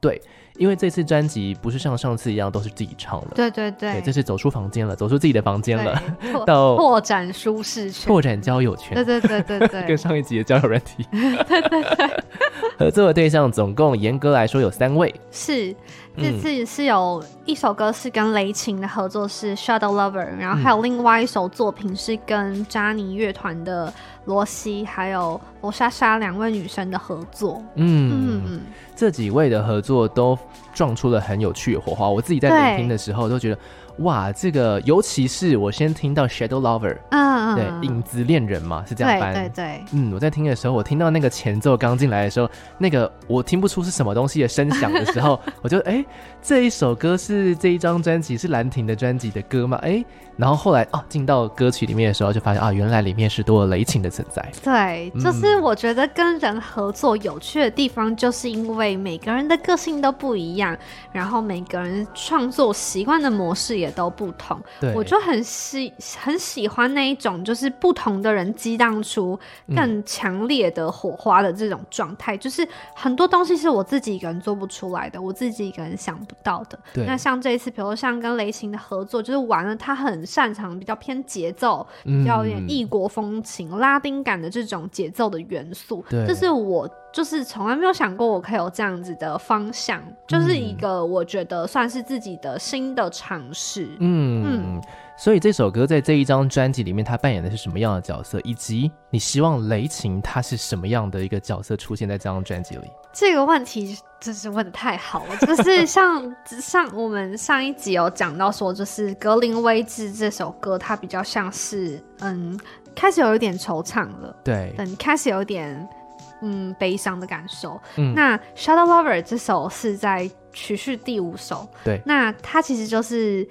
A: 因为这次专辑不是像上次一样都是自己唱了，
C: 对对对，
A: 这次走出房间了，走出自己的房间了，
C: 对
A: (laughs)
C: 拓
A: 到
C: 拓展舒适圈，
A: 拓展交友圈
C: 对。对对对对
A: (laughs) 跟，上一集的交友软
C: (laughs)
A: 体，合作的对象总共严格来说有三位，
C: 是这
A: 嗯
C: 次是有一首歌是跟雷琴的合作是 Shadow Lover，然
A: 嗯
C: 后还有另外一首作品是跟扎尼乐团的罗西还有罗莎莎两位女生的合作。
A: 嗯，
C: 嗯，
A: 这几位的合作都撞出了很有趣的火花。我自己在聆听的时候都觉得，哇，这个尤其是我先听到 Shadow Lover，、
C: 嗯
A: 对，影子恋人嘛，是这样
C: 对
A: 翻。
C: 对对，
A: 嗯，我在听的时候，我听到那个前奏刚进来的时候，那个我听不出是什么东西的声响的时
C: (laughs)
A: 候，我就哎、这一首歌是这一张专辑是兰亭的专辑的歌吗？哎、然后后来啊，进到歌曲里面的时候，就发现啊，原来里面是多了雷琴的存在。
C: 对，就是
A: 嗯
C: 我觉得跟人合作有趣的地方，就是因为每个人的个性都不一样，然后每个人创作习惯的模式也都不同。
A: 对，
C: 我就很喜很喜欢那一种，就是不同的人激荡出更强烈的火花的这种状态。就是很多东西是我自己一个人做不出来的，我自己一个人想不到的。
A: 对
C: 那像这一次，比如说像跟雷琴的合作，就是玩了他很擅长比较偏节奏，
A: 嗯
C: 比较有点异国风情、拉丁感的这种节奏的元素，
A: 对
C: 这是我就是从来没有想过我可以有这样子的方向，就是一个我觉得算是自己的新的尝试。
A: 嗯，所以这首歌在这一张专辑里面，它扮演的是什么样的角色，以及你希望雷琴她是什么样的一个角色出现在这张专辑里？
C: 这个问题真是问的太好了，就是像 (laughs) 上我们上一集有讲到说，就是《格林威治》这首歌，它比较像是嗯，开始有一点惆怅了。
A: 对，
C: 等开始有点嗯悲伤的感受。
A: 嗯
C: 那《Shadow Lover》这首是在曲序第五首，
A: 对
C: 那它其实就是。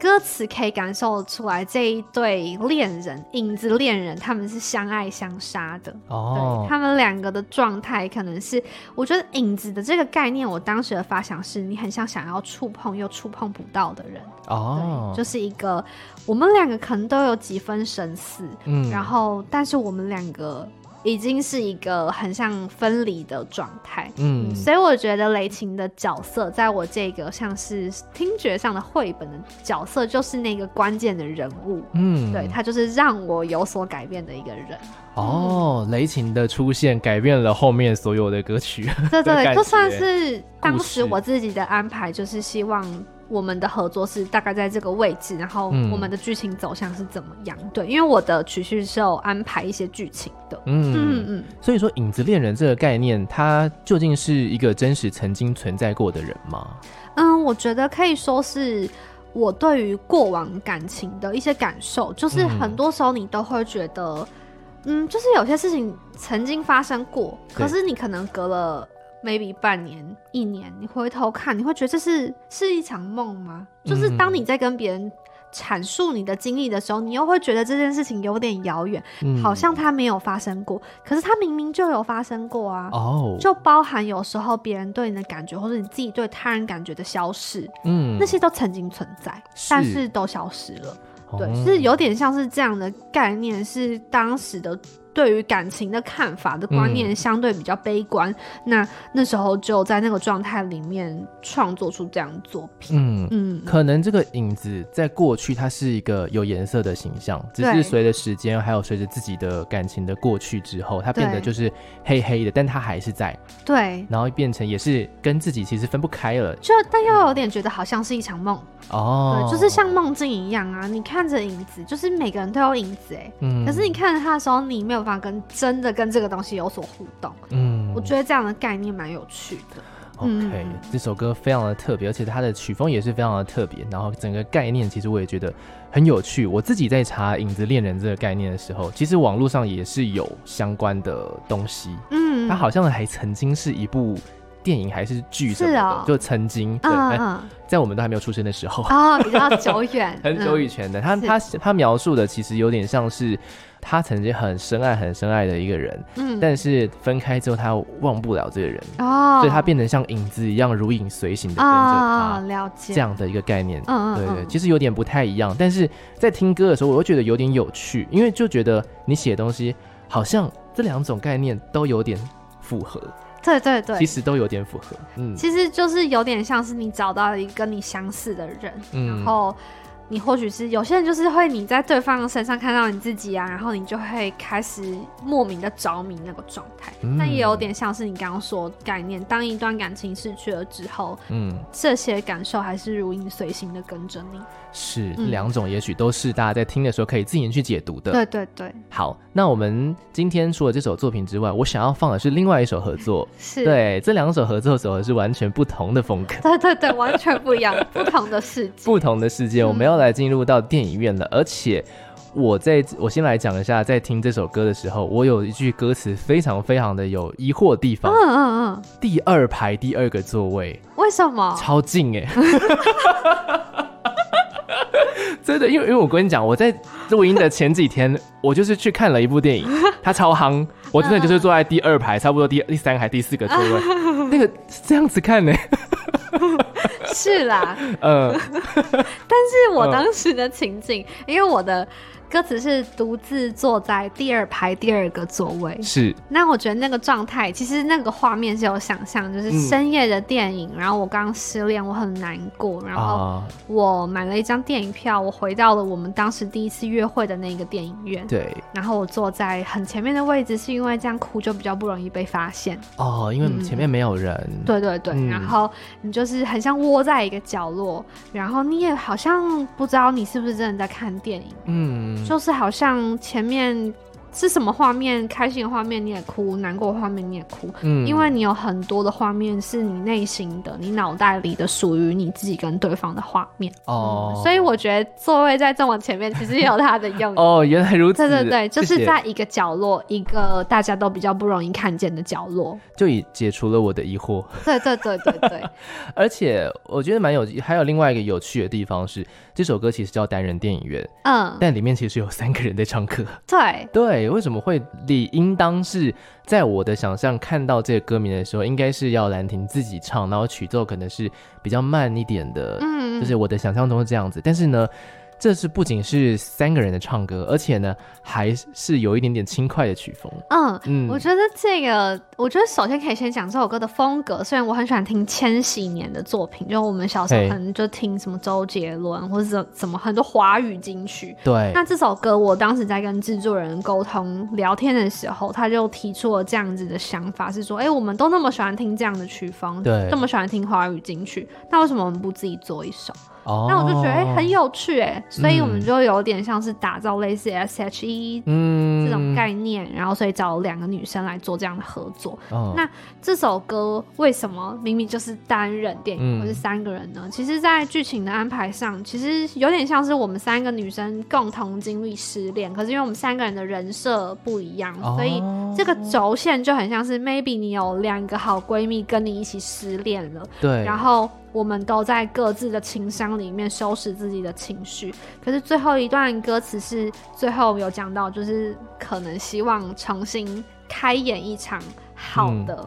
C: 歌词可以感受出来，这一对恋人，影子恋人，他们是相爱相杀的。
A: 哦
C: 对，他们两个的状态可能是，我觉得影子的这个概念，我当时的发想是，你很像想要触碰又触碰不到的人。
A: 哦
C: 对，，就是一个我们两个可能都有几分神似，
A: 嗯
C: 然后但是我们两个已经是一个很像分离的状态。
A: 嗯
C: 所以我觉得雷琴的角色，在我这个像是听觉上的绘本的角色，就是那个关键的人物。
A: 嗯
C: 对他就是让我有所改变的一个人，
A: 哦，雷琴的出现改变了后面所有的歌曲。 (laughs)
C: (laughs)
A: 的
C: 对对
A: 感觉
C: 对，就算是当
A: 故事
C: 时我自己的安排，就是希望我们的合作是大概在这个位置，然后
A: 嗯
C: 我们的剧情走向是怎么样？对，因为我的曲序是有安排一些剧情的，嗯
A: 嗯，
C: 嗯，
A: 所以说影子恋人这个概念，它究竟是一个真实曾经存在过的人吗？
C: 嗯，我觉得可以说是我对于过往感情的一些感受，就是
A: 嗯
C: 很多时候你都会觉得，嗯，就是有些事情曾经发生过，
A: 对
C: 可是你可能隔了 maybe 半年、一年，你回头看，你会觉得这是是一场梦吗？就是
A: 嗯
C: 当你在跟别人。阐述你的经历的时候，你又会觉得这件事情有点遥远，
A: 嗯，
C: 好像它没有发生过，可是它明明就有发生过啊。
A: 哦，
C: 就包含有时候别人对你的感觉，或者你自己对他人感觉的消逝，
A: 嗯
C: 那些都曾经存在，但
A: 是
C: 是都消失了。对，
A: 哦
C: 是有点像是这样的概念，是当时的对于感情的看法的观
A: 嗯
C: 念相对比较悲观。那那时候就在那个状态里面创作出这样的作品。
A: 嗯。
C: 嗯，
A: 可能这个影子在过去它是一个有颜色的形象，只是
C: 对
A: 随着时间，还有随着自己的感情的过去之后，它变得
C: 对
A: 就是黑黑的，但它还是在，
C: 对，
A: 然后变成也是跟自己其实分不开了
C: 就但又有点觉得好像是一场梦，
A: 哦
C: 对，，就是像梦境一样啊。你看着影子，就是每个人都有影子哎、
A: 嗯
C: 可是你看着它的时候，你没有办法跟真的跟这个东西有所互动。
A: 嗯
C: 我觉得这样的概念蛮有趣的。
A: OK，、
C: 嗯
A: 这首歌非常的特别，而且它的曲风也是非常的特别，然后整个概念其实我也觉得很有趣。我自己在查“影子恋人”这个概念的时候，其实网络上也是有相关的东西，
C: 嗯，
A: 它好像还曾经是一部。电影还是剧什
C: 是
A: 么的，
C: 哦
A: 就曾经对、
C: 嗯
A: 哎
C: 嗯，
A: 在我们都还没有出生的时候，，
C: 哦，比较久远
A: (laughs) 很久以前的。他
C: 是
A: 他他描述的其实有点像是他曾经很深爱很深爱的一个人，
C: 嗯，嗯，
A: 但是分开之后他忘不了这个人，
C: 哦，
A: 所以他变成像影子一样如影随形的跟着
C: 啊，
A: 他
C: 哦。了解，
A: 这，样的一个概念，
C: 嗯嗯
A: 对对，
C: 嗯
A: 其实有点不太一样，但是在听歌的时候，我又觉得有点有趣，因为就觉得你写的东西好像这两种概念都有点符合，
C: 对对对
A: 其，实都有点符合，嗯
C: 其实就是有点像是你找到了一个跟你相似的人，然
A: 嗯，
C: 后你或许是有些人就是会你在对方身上看到你自己啊，然后你就会开始莫名的着迷那个状态。
A: 嗯
C: 但也有点像是你刚刚说的概念，当一段感情逝去了之后，
A: 嗯
C: 这些感受还是如影随形的跟着你。
A: 是
C: 嗯
A: 两种，也许都是大家在听的时候可以自行去解读的。
C: 对对对，
A: 好，那我们今天除了这首作品之外，我想要放的是另外一首合作，
C: 是。
A: 对，这两首合作走的是完全不同的风格。
C: 对对对，完全不
A: (laughs)
C: 一样，不同的世界。
A: 不同的世界，我们要来进入到电影院了。
C: 嗯
A: 而且我在我先来讲一下，在听这首歌的时候，我有一句歌词非常非常的有疑惑的地方
C: 嗯。嗯
A: 第二排第二个座位
C: 嗯，为什么？
A: 超近
C: (laughs)
A: 哎、真的，因为因为我跟你讲，我在录音的前几
C: (laughs)
A: 天，我就是去看了一部电影，它超夯，我真的就是坐在第二排，差不多第第三排第四个座
C: (laughs)
A: 位，那个是这样子看呢、
C: 是啦， (laughs)
A: 嗯、
C: 是我当时的情景，因为我的歌词是独自坐在第二排第二个座位。
A: 是，
C: 那我觉得那个状态，其实那个画面是有想象，就是
A: 嗯
C: 深夜的电影，然后我刚失恋，我很难过，然后
A: 啊，
C: 我买了一张电影票，我回到了我们当时第一次约会的那个电影院。
A: 对，
C: 然后我坐在很前面的位置，是因为这样哭就比较不容易被发现。
A: 哦，因为前面没有人，
C: 嗯对对对，
A: 嗯
C: 然后你就是很像窝在一个角落，然后你也好像不知道你是不是真的在看电影，
A: 嗯，
C: 就是好像前面是什么画面，开心的画面你也哭，难过的画面你也哭，
A: 嗯
C: 因为你有很多的画面是你内心的，你脑袋里的属于你自己跟对方的画面，
A: 哦，
C: 所以我觉得座位在这么前面其实也有它的用意。
A: 哦，原来如
C: 对
A: 此，
C: 对对，就
A: 谢
C: 是
A: 谢
C: 在一个角落，一个大家都比较不容易看见的角落。
A: 就已解除了我的疑惑，
C: 对对对对
A: (laughs)
C: 对，
A: 而且我觉得蛮有，还有另外一个有趣的地方是，这首歌其实叫单人电影院，
C: 嗯，
A: 但里面其实有三个人在唱歌。
C: 对，
A: 对，为什么会理应当是在我的想象看到这个歌名的时候，应该是要兰亭自己唱，然后曲奏可能是比较慢一点的，
C: 嗯，
A: 就是我的想象中是这样子。但是呢，这是不仅是三个人的唱歌，而且呢，还是有一点点轻快的曲风。
C: 嗯。
A: 嗯，
C: 我觉得这个，我觉得首先可以先讲这首歌的风格。虽然我很喜欢听千禧年的作品，就我们小时候
A: 嘿
C: 可能就听什么周杰伦或者怎怎么很多华语金曲。
A: 对，
C: 那这首歌，我当时在跟制作人沟通聊天的时候，他就提出了这样子的想法，是说，哎、我们都那么喜欢听这样的曲风，
A: 对
C: 这么喜欢听华语金曲，那为什么我们不自己做一首？
A: 哦
C: 那我就觉得，哎、很有趣、哎，所以我们
A: 嗯
C: 就有点像是打造类似 S.H.E
A: 嗯
C: 这种概念，然后所以找了两个女生来做这样的合作。
A: 哦
C: 那这首歌为什么明明就是单人电影
A: 嗯
C: 或是三个人呢？其实，在剧情的安排上，其实有点像是我们三个女生共同经历失恋，可是因为我们三个人的人设不一样，所以
A: 哦
C: 这个轴线就很像是 maybe 你有两个好闺蜜跟你一起失恋了，
A: 对，
C: 然后我们都在各自的情商里面收拾自己的情绪。可是最后一段歌词是最后有讲到，就是可能希望重新开演一场好
A: 嗯
C: 的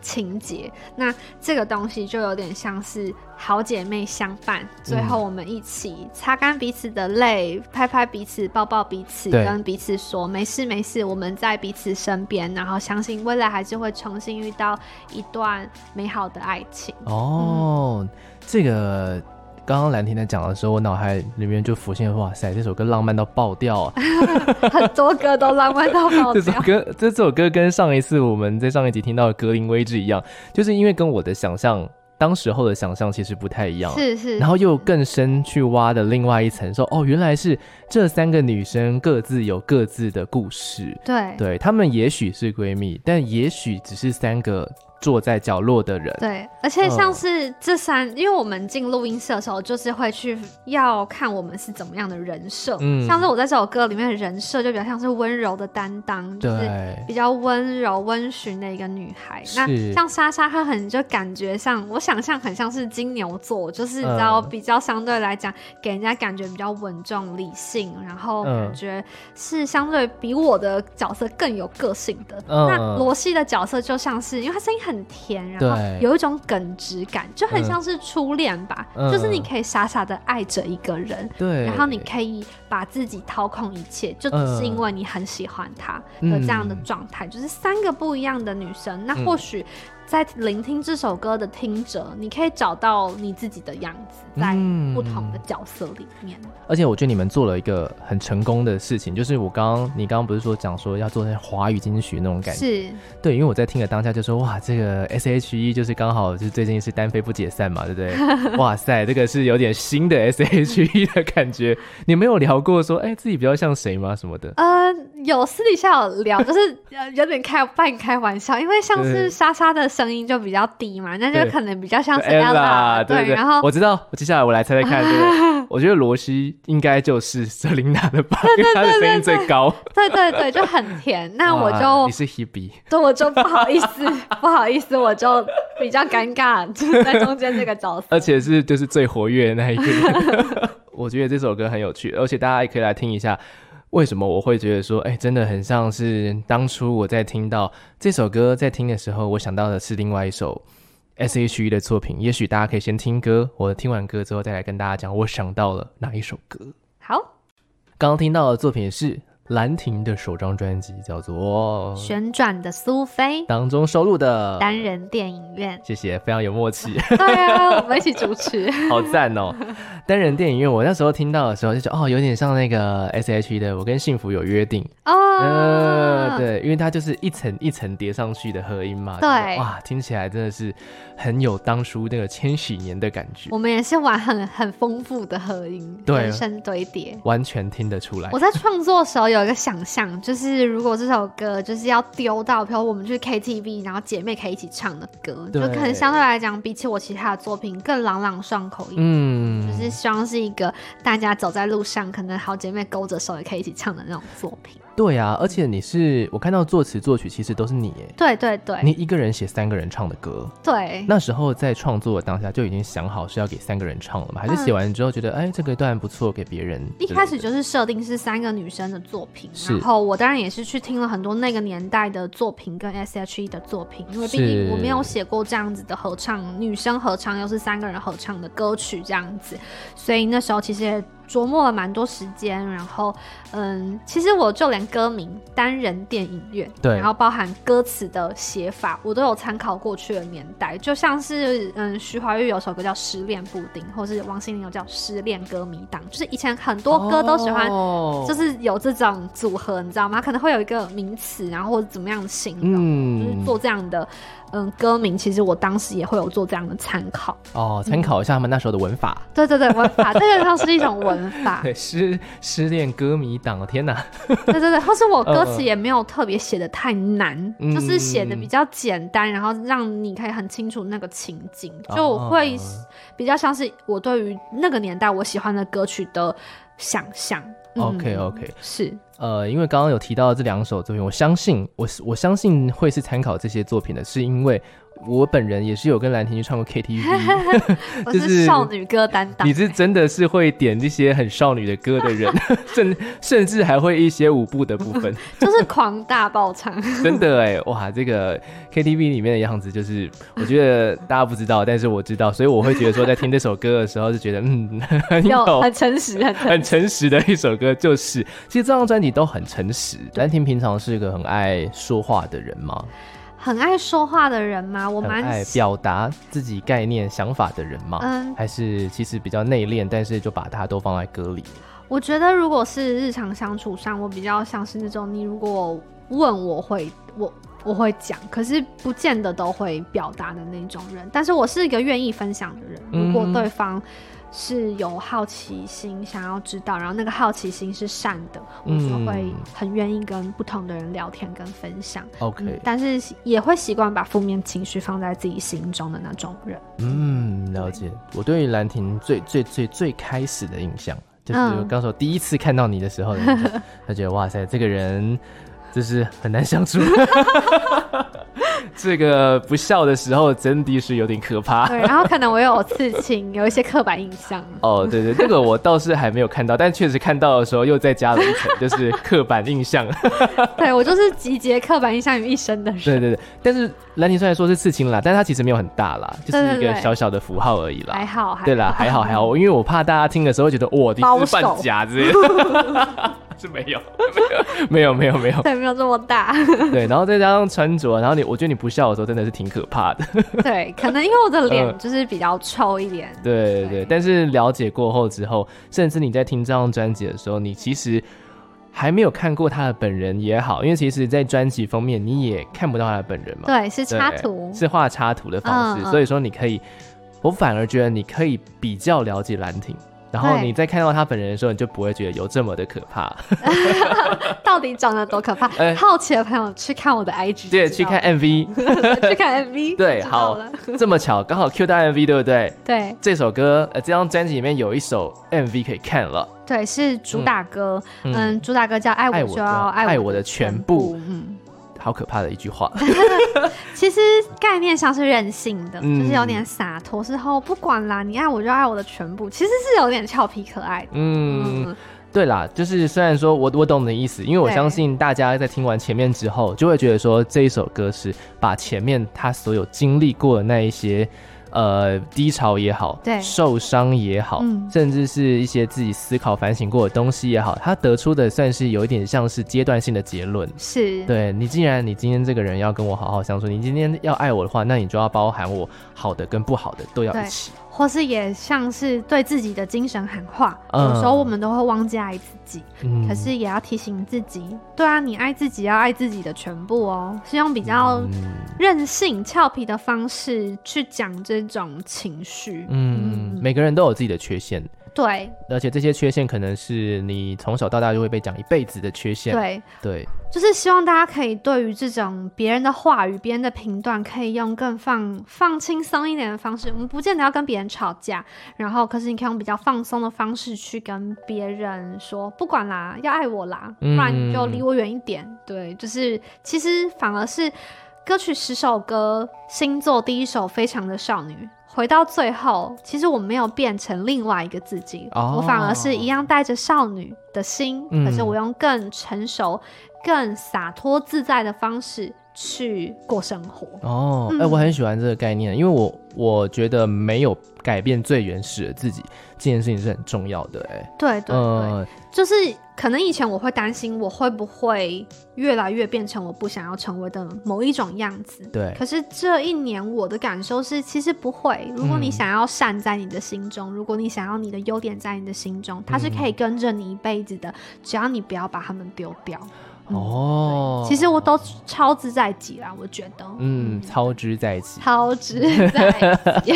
C: 情节。那这个东西就有点像是好姐妹相伴，最
A: 嗯
C: 后我们一起擦干彼此的泪，拍拍彼此，抱抱彼此，
A: 对
C: 跟彼此说没事没事，我们在彼此身边，然后相信未来还是会重新遇到一段美好的爱情。嗯
A: 哦，这个刚刚兰亭在讲的时候，我脑海里面就浮现，哇塞，这首歌浪漫到爆掉啊！
C: 很多歌都浪漫到爆
A: (laughs) 这首
C: 掉。
A: 歌，这首歌跟上一次我们在上一集听到的《格林威治》一样，就是因为跟我的想象，当时候的想象其实不太一样。啊
C: 是是，
A: 然后又更深去挖的另外一层，说哦，原来是这三个女生各自有各自的故事，
C: 对
A: 对她们也许是闺蜜，但也许只是三个坐在角落的人。
C: 对，而且像
A: 嗯
C: 是这三，因为我们进录音室的时候，就是会去要看我们是怎么样的人设。
A: 嗯
C: 像是我在这首歌里面的人设就比较像是温柔的担当，就是
A: 对，
C: 比较温柔温驯的一个女孩。
A: 是
C: 那像莎莎，她很就感觉上，我想象很像是金牛座，就是你
A: 嗯
C: 知道比较相对来讲，给人家感觉比较稳重理性，然后
A: 嗯
C: 感觉是相对比我的角色更有个性的。
A: 嗯
C: 那罗西的角色就像是，因为她声音很甜，然后
A: 对
C: 有一种耿直感，就很
A: 嗯
C: 像是初恋吧，
A: 嗯
C: 就是你可以傻傻的爱着一个人，
A: 对，嗯
C: 然后你可以把自己掏空一切，就只是因为你很喜欢他的这样的状态，就是三个不一样的女生。
A: 嗯
C: 那或许在聆听这首歌的听者，你可以找到你自己的样子，在
A: 嗯
C: 不同的角色里面。
A: 而且我觉得你们做了一个很成功的事情，就是我刚刚你刚刚不是说讲说要做成华语金曲那种感觉，
C: 是，
A: 对，因为我在听的当下就说哇，这个 S H E 就是刚好就是最近是单飞不解散嘛，对不
C: (laughs)
A: 对？哇塞，这个是有点新的 S H E 的感觉。你没有聊过说，哎，自己比较像谁吗？什么的？
C: 呃，有私底下有聊， (laughs) 就是呃有点开半开玩笑，因为像
A: 对
C: 是莎莎的声音就比较低嘛，那
A: 对
C: 就可能比较像
A: 对
C: 是
A: Ella，
C: Ella，
A: 对对。
C: 然后
A: 我知道，接下来我来猜猜看，对
C: (laughs)
A: 不对？我觉得罗西应该就是瑟琳娜的吧，因为她的声音最高。
C: 对对对，就很甜。那我
A: 哇
C: 就
A: 你是 Hebe，
C: 对，我就不好意思，不好意思，我就比较尴尬，就是在中间这个角色。
A: 而且是就是最活跃的那一个人。我觉得这首歌很有趣，而且大家也可以来听一下。为什么我会觉得说，哎、真的很像是当初我在听到这首歌在听的时候，我想到的是另外一首 S.H.E 的作品。也许大家可以先听歌，我听完歌之后再来跟大家讲，我想到了哪一首歌。
C: 好，
A: 刚刚听到的作品是兰亭的首张专辑，叫做《
C: 旋转的苏菲，
A: 当中收录的。。
C: 单人电影院
A: 谢谢，非常有默契。
C: 对啊，我们一起主持。 (laughs)
A: 好赞哦！单人电影院，我那时候听到的时候就觉得哦，有点像那个 S H E 的《我跟幸福有约定》
C: 哦
A: 呃，，对，因为它就是一层一层叠上去的合音嘛。
C: 对
A: 就是哇，听起来真的是很有当初那个千禧年的感觉
C: 我，们也是玩很很丰富的合音，
A: 对啊哎
C: 人声堆叠。
A: 完全听得出来
C: 我。在创作的时候有一个想象，就是如果这首歌就是要丢到，比如我们去 KTV，然后姐妹可以一起唱的歌，就
A: 对
C: 可能相对来讲，比起我其他的作品更朗朗上口一点。
A: 嗯，
C: 就是希望是一个大家走在路上，可能好姐妹勾着手也可以一起唱的那种作品。
A: 对啊，而且你是我看到作词作曲其实都是你耶，
C: 对对对，嗯
A: 你一个人写三个人唱的歌，
C: 对
A: 那时候在创作的当下就已经想好是要给三个人唱了吗？还是写完之后觉得哎、这个段不错，给别人之类
C: 嗯一
A: 的？
C: 开始就是设定是三个女生的作品，
A: 是
C: 然后我当然也是去听了很多那个年代的作品跟 S.H.E 的作品，因为毕竟
A: 是
C: 我没有写过这样子的合唱，女生合唱又是三个人合唱的歌曲这样子，所以那时候其实也琢磨了蛮多时间，然后嗯，其实我就连歌名“单人电影院”，
A: 对
C: 然后包含歌词的写法，我都有参考过去的年代，就像是嗯，徐怀钰有首歌叫《失恋布丁》，或是王心凌有叫《失恋歌迷档》，就是以前很多歌都喜欢，
A: 哦
C: 就是有这种组合，你知道吗？可能会有一个名词，然后或者怎么样的形容。就是
A: 嗯
C: 做这样的，嗯，歌名其实我当时也会有做这样的参考。
A: 哦，参考一下他们那时候的文法。
C: 对对对，文法，这个像是一种文法。
A: (laughs) 对，失失恋歌迷党，天哪！
C: 对对对，或是我歌
A: 嗯
C: 词
A: 嗯
C: 也没有特别写的太难，
A: 嗯
C: 就是写的比较简单，然后让你可以很清楚那个情景。就我会
A: 哦
C: 比较像是我对于那个年代我喜欢的歌曲的想象。嗯
A: OK 哦 OK，
C: 是
A: 呃，因为刚刚有提到这两首作品，我相信我我相信会是参考这些作品的，是因为我本人也是有跟兰亭去唱过
C: (laughs)
A: KTV，
C: 我
A: 就是
C: 是少女歌担当
A: 你。是真的是会点这些很少女的歌的人， (laughs) 甚甚至还会一些舞步的部分，
C: 就是狂大爆唱， (laughs)
A: 真的哎，哇，这个 KTV 里面的样子就是，我觉得大家不知道，但是我知道，所以我会觉得说，在听这首歌的时候就觉得，嗯，很 (laughs)
C: 有
A: 有
C: 很诚实，很诚
A: 很诚实的一首歌，就是其实这张专辑都很诚实。兰亭平常是个很爱说话的人嘛，
C: 很爱说话的人嘛，我
A: 很
C: 蛮
A: 爱表达自己概念、想法的人嘛，
C: 嗯
A: 还是其实比较内敛，但是就把它都放在歌里。
C: 我觉得如果是日常相处上，我比较像是那种你如果问我会我我会讲，可是不见得都会表达的那种人。但是我是一个愿意分享的人，如果
A: 嗯
C: 对方是有好奇心想要知道，然后那个好奇心是善的，我就
A: 嗯
C: 会很愿意跟不同的人聊天跟分享。嗯
A: OK，
C: 但是也会习惯把负面情绪放在自己心中的那种人。
A: 嗯，了解。我对于兰亭最最最最开始的印象，就是
C: 嗯
A: 我刚说第一次看到你的时候的印
C: (laughs)
A: 象，他觉得哇塞，这个人就是很难相处。 (laughs) 这个不笑的时候真的是有点可怕。
C: 对，然后可能我有刺青， (laughs) 有一些刻板印象。
A: 哦，对对，这个我倒是还没有看到，但确实看到的时候又再加了一层，就是刻板印
C: (laughs)
A: 象。
C: 对我就是集结刻板印象于一身的人。
A: 对对对，但是兰亭虽然说是刺青啦，但它其实没有很大啦，就是一
C: 对对
A: 个
C: 对
A: 小小的符号而已啦。
C: 还好，还
A: 对
C: (laughs)
A: 啦，还好还好，因为我怕大家听的时候觉得哇，你
C: 保
A: 是
C: 守
A: 半甲之类的，是没有， (laughs) 没有，没有，没有，没
C: 对，没有这么大。
A: 有，对，然后再加上穿着，然后你，我觉得你不笑的时候真的是挺可怕的， (laughs)
C: 对，可能因为我的
A: 嗯
C: 脸就是比较臭一点。
A: 对对对，但是了解过后之后，甚至你在听这张专辑的时候，你其实还没有看过他的本人也好，因为其实，在专辑封面你也看不到他的本人嘛，
C: 对，是
A: 对，
C: 插图。
A: 是画插图的方式，
C: 嗯嗯
A: 所以说你可以，我反而觉得你可以比较了解兰亭。然后
C: 对
A: 你在看到他本人的时候，你就不会觉得有这么的可
C: (laughs)
A: 怕。
C: 到底长得多可怕
A: 哎？
C: 好奇的朋友去看我的 IG，
A: 对，
C: 就知
A: 去
C: 道
A: 看
C: (laughs)
A: MV，
C: 了去
A: (laughs)
C: 看 MV，
A: 对
C: 就知道
A: 好
C: 了
A: 这么巧，刚好 Q 到 MV，对不对？
C: 对
A: 这首歌，呃，这张专辑里面有一首 MV 可以看了。
C: 对，是主打歌，
A: 嗯
C: 嗯，主打歌叫《爱
A: 爱
C: 我
A: 我
C: 就
A: 就要
C: 要
A: 爱我
C: 我
A: 的全
C: 部
A: 部》。
C: 嗯，
A: 好可怕的一句
C: (laughs)
A: 话。
C: 其实概念上是任性的，
A: 嗯
C: 就是有点洒脱，之后不管啦，你爱我就爱我的全部，其实是有点俏皮可爱的。
A: 嗯，
C: 嗯，
A: 对啦，就是虽然说我我懂你的意思，因为我
C: 对
A: 相信大家在听完前面之后，就会觉得说这一首歌是把前面他所有经历过的那一些。呃，低潮也好，
C: 对
A: 受伤也好，
C: 嗯
A: 甚至是一些自己思考、反省过的东西也好，他得出的算是有一点像是阶段性的结论。
C: 是，
A: 对你，既然你今天这个人要跟我好好相处，你今天要爱我的话，那你就要包含我好的跟不好的都要一
C: 对
A: 起。
C: 或是也像是对自己的精神喊话。
A: 嗯
C: 有时候我们都会忘记爱自己，
A: 嗯
C: 可是也要提醒自己，对啊，你爱自己要爱自己的全部哦，是用比较
A: 嗯
C: 任性、俏皮的方式去讲这种情绪。
A: 嗯，
C: 嗯
A: 每个人都有自己的缺陷，
C: 对
A: 而且这些缺陷可能是你从小到大就会被讲一辈子的缺陷。
C: 对，
A: 对，
C: 就是希望大家可以对于这种别人的话语、别人的评断，可以用更放放轻松一点的方式。我们不见得要跟别人吵架，然后可是你可以用比较放松的方式去跟别人说，不管啦，要爱我啦，不
A: 嗯
C: 然你就离我远一点。对，就是其实反而是歌曲十首歌，星座第一首非常的少女。回到最后，其实我没有变成另外一个自己，
A: 哦
C: 我反而是一样带着少女的心，
A: 嗯
C: 可是我用更成熟、更洒脱自在的方式去过生活。
A: 哦，哎、
C: 嗯
A: 我很喜欢这个概念，因为我我觉得没有改变最原始的自己这件事情是很重要的、哎，
C: 对对对，
A: 嗯，
C: 就是可能以前我会担心我会不会越来越变成我不想要成为的某一种样子。
A: 对，
C: 可是这一年我的感受是，其实不会。如果你
A: 嗯
C: 想要善在你的心中，如果你想要你的优点在你的心中，它是可
A: 嗯
C: 以跟着你一辈子的，只要你不要把它们丢掉。嗯
A: 哦，
C: 其实我都超自在己啦，我觉得，
A: 嗯，操之在即。
C: 超自在 (laughs) 己。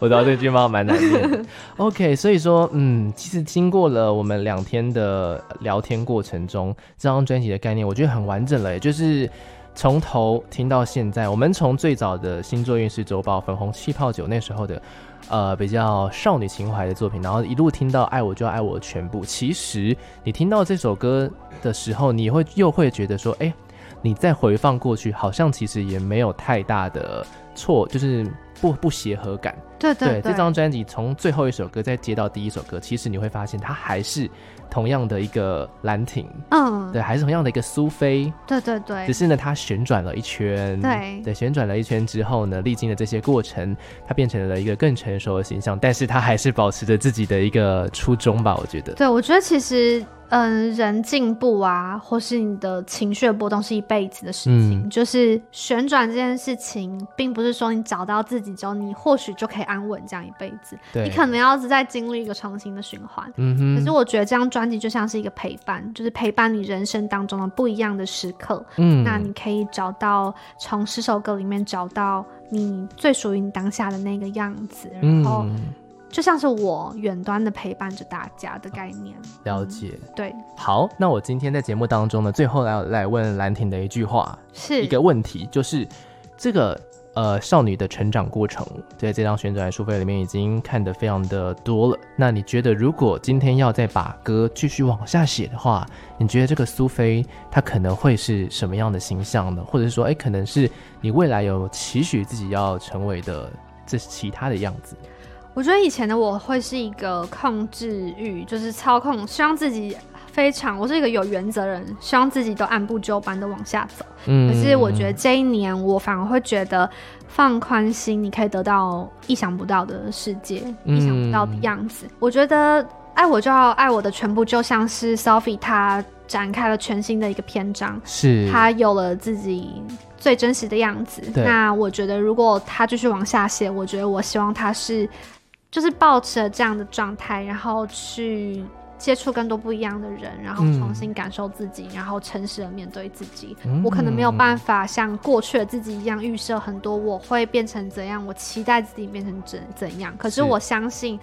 A: 我知道这句话蛮难念的。OK，所以说，嗯，其实经过了我们两天的聊天过程中，这张专辑的概念我觉得很完整了耶，也就是从头听到现在。我们从最早的星座运势周报、粉红气泡酒那时候的，呃，比较少女情怀的作品，然后一路听到爱我就要爱我的全部。其实你听到这首歌的时候，你会又会觉得说，哎、你再回放过去，好像其实也没有太大的错，就是不不协和感。
C: 对
A: 对
C: 对，
A: 这张专辑从最后一首歌再接到第一首歌，其实你会发现它还是同样的一个兰亭，
C: 嗯，
A: 对，还是同样的一个苏菲，
C: 对对对
A: 只，是呢它旋转了一圈，
C: 对
A: 对，旋转了一圈之后呢，历经了这些过程，它变成了一个更成熟的形象，但是它还是保持着自己的一个初衷吧，我觉得，
C: 对，我觉得其实嗯，人进步啊，或是你的情绪的波动是一辈子的事情。
A: 嗯
C: 就是旋转这件事情，并不是说你找到自己之后，你或许就可以安稳这样一辈子。
A: 对，
C: 你可能要再经历一个重新的循环。
A: 嗯
C: 可
A: 哼，
C: 是我觉得这张专辑就像是一个陪伴，就是陪伴你人生当中的不一样的时刻。
A: 嗯
C: 那你可以找到从十首歌里面找到你最属于你当下的那个样子，然后
A: 嗯，
C: 就像是我远端的陪伴着大家的概念。
A: 了解。
C: 对，
A: 好，那我今天在节目当中呢，最后来来问兰婷的一句话，
C: 是
A: 一个问题，就是这个呃少女的成长过程，在这张旋转书费里面已经看得非常的多了。那你觉得，如果今天要再把歌继续往下写的话，你觉得这个苏菲她可能会是什么样的形象呢？或者是说，哎，可能是你未来有期许自己要成为的这其他的样子？
C: 我觉得以前的我会是一个控制欲，就是操控，希望自己非常，我是一个有原则的人，希望自己都按部就班的往下走。
A: 嗯
C: 可是我觉
A: 得，
C: 得这一年，我反而会觉得放宽心，你可以得到意想不到的世界，
A: 嗯
C: 意想不到的样子。我觉得爱我就要爱我的全部，就像是 Sophie 她展开了全新的一个篇章，
A: 是
C: 她有了自己最真实的样子。
A: 对
C: 那我觉得，如果她继续往下写，我觉得我希望她是就是保持着这样的状态，然后去。接触更多不一样的人，然后
A: 嗯
C: 重新感受自己，然后诚实的面对自己。
A: 嗯
C: 我可能没有
A: 法。
C: 办法像过去的自己一样预设很多我会变成怎样，我期待自己变成怎怎样。可
A: 是
C: 是我相信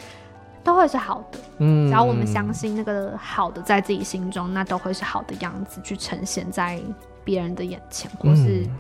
C: 都会是好的，
A: 嗯
C: 只要我们相信那个好的在自己心中，那都会是好的样子去呈现在别人的眼前，或是
A: 嗯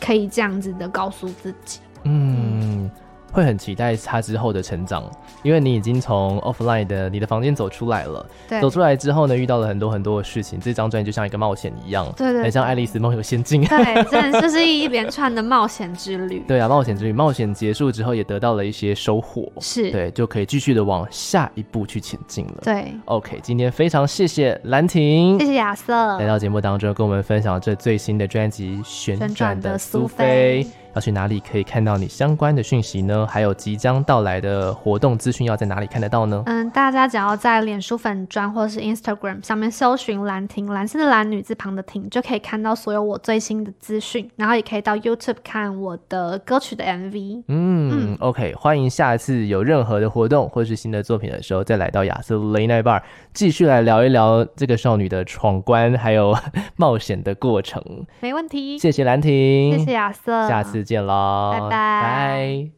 C: 可以这样子的告诉自己。
A: 嗯，会很期待他之后的成长，因为你已经从 offline 的你的房间走出来了。
C: 对，
A: 走出来之后呢，遇到了很多很多的事情，这张专辑就像一个冒险一样，
C: 对对
A: 很像《
C: 对
A: 爱丽丝梦游仙
C: (laughs)
A: 境》。
C: 对，真的就是一连串的冒险之旅。
A: (laughs) 对啊，冒险之旅，冒险结束之后也得到了一些收获，
C: 是，
A: 对，就可以继续的往下一步去前进了。
C: 对，
A: OK，今天非常谢谢兰婷
C: 谢。谢亚瑟
A: 来，到节目当中，跟我们分享这最新的专辑《旋转
C: 旋转
A: 的
C: 的
A: 苏
C: 苏
A: 菲
C: 菲》，
A: 要去哪里可以看到你相关的讯息呢？还有即将到来的活动资讯要在哪里看得到呢？
C: 嗯，大家只要在脸书粉砖或是 Instagram 上面搜寻“兰亭”，蓝色的蓝，女字旁的亭，就可以看到所有我最新的资讯，然后也可以到 YouTube 看我的歌曲的 MV。
A: 嗯 o k 欢迎下次有任何的活动或是新的作品的时候，再来到亚瑟雷奈巴尔，继续来聊一聊这个少女的闯关还有 (laughs) 冒险的过程。
C: 没问题，
A: 谢谢兰婷，
C: 谢谢亚瑟，
A: 下次见喽，
C: 拜拜
A: 拜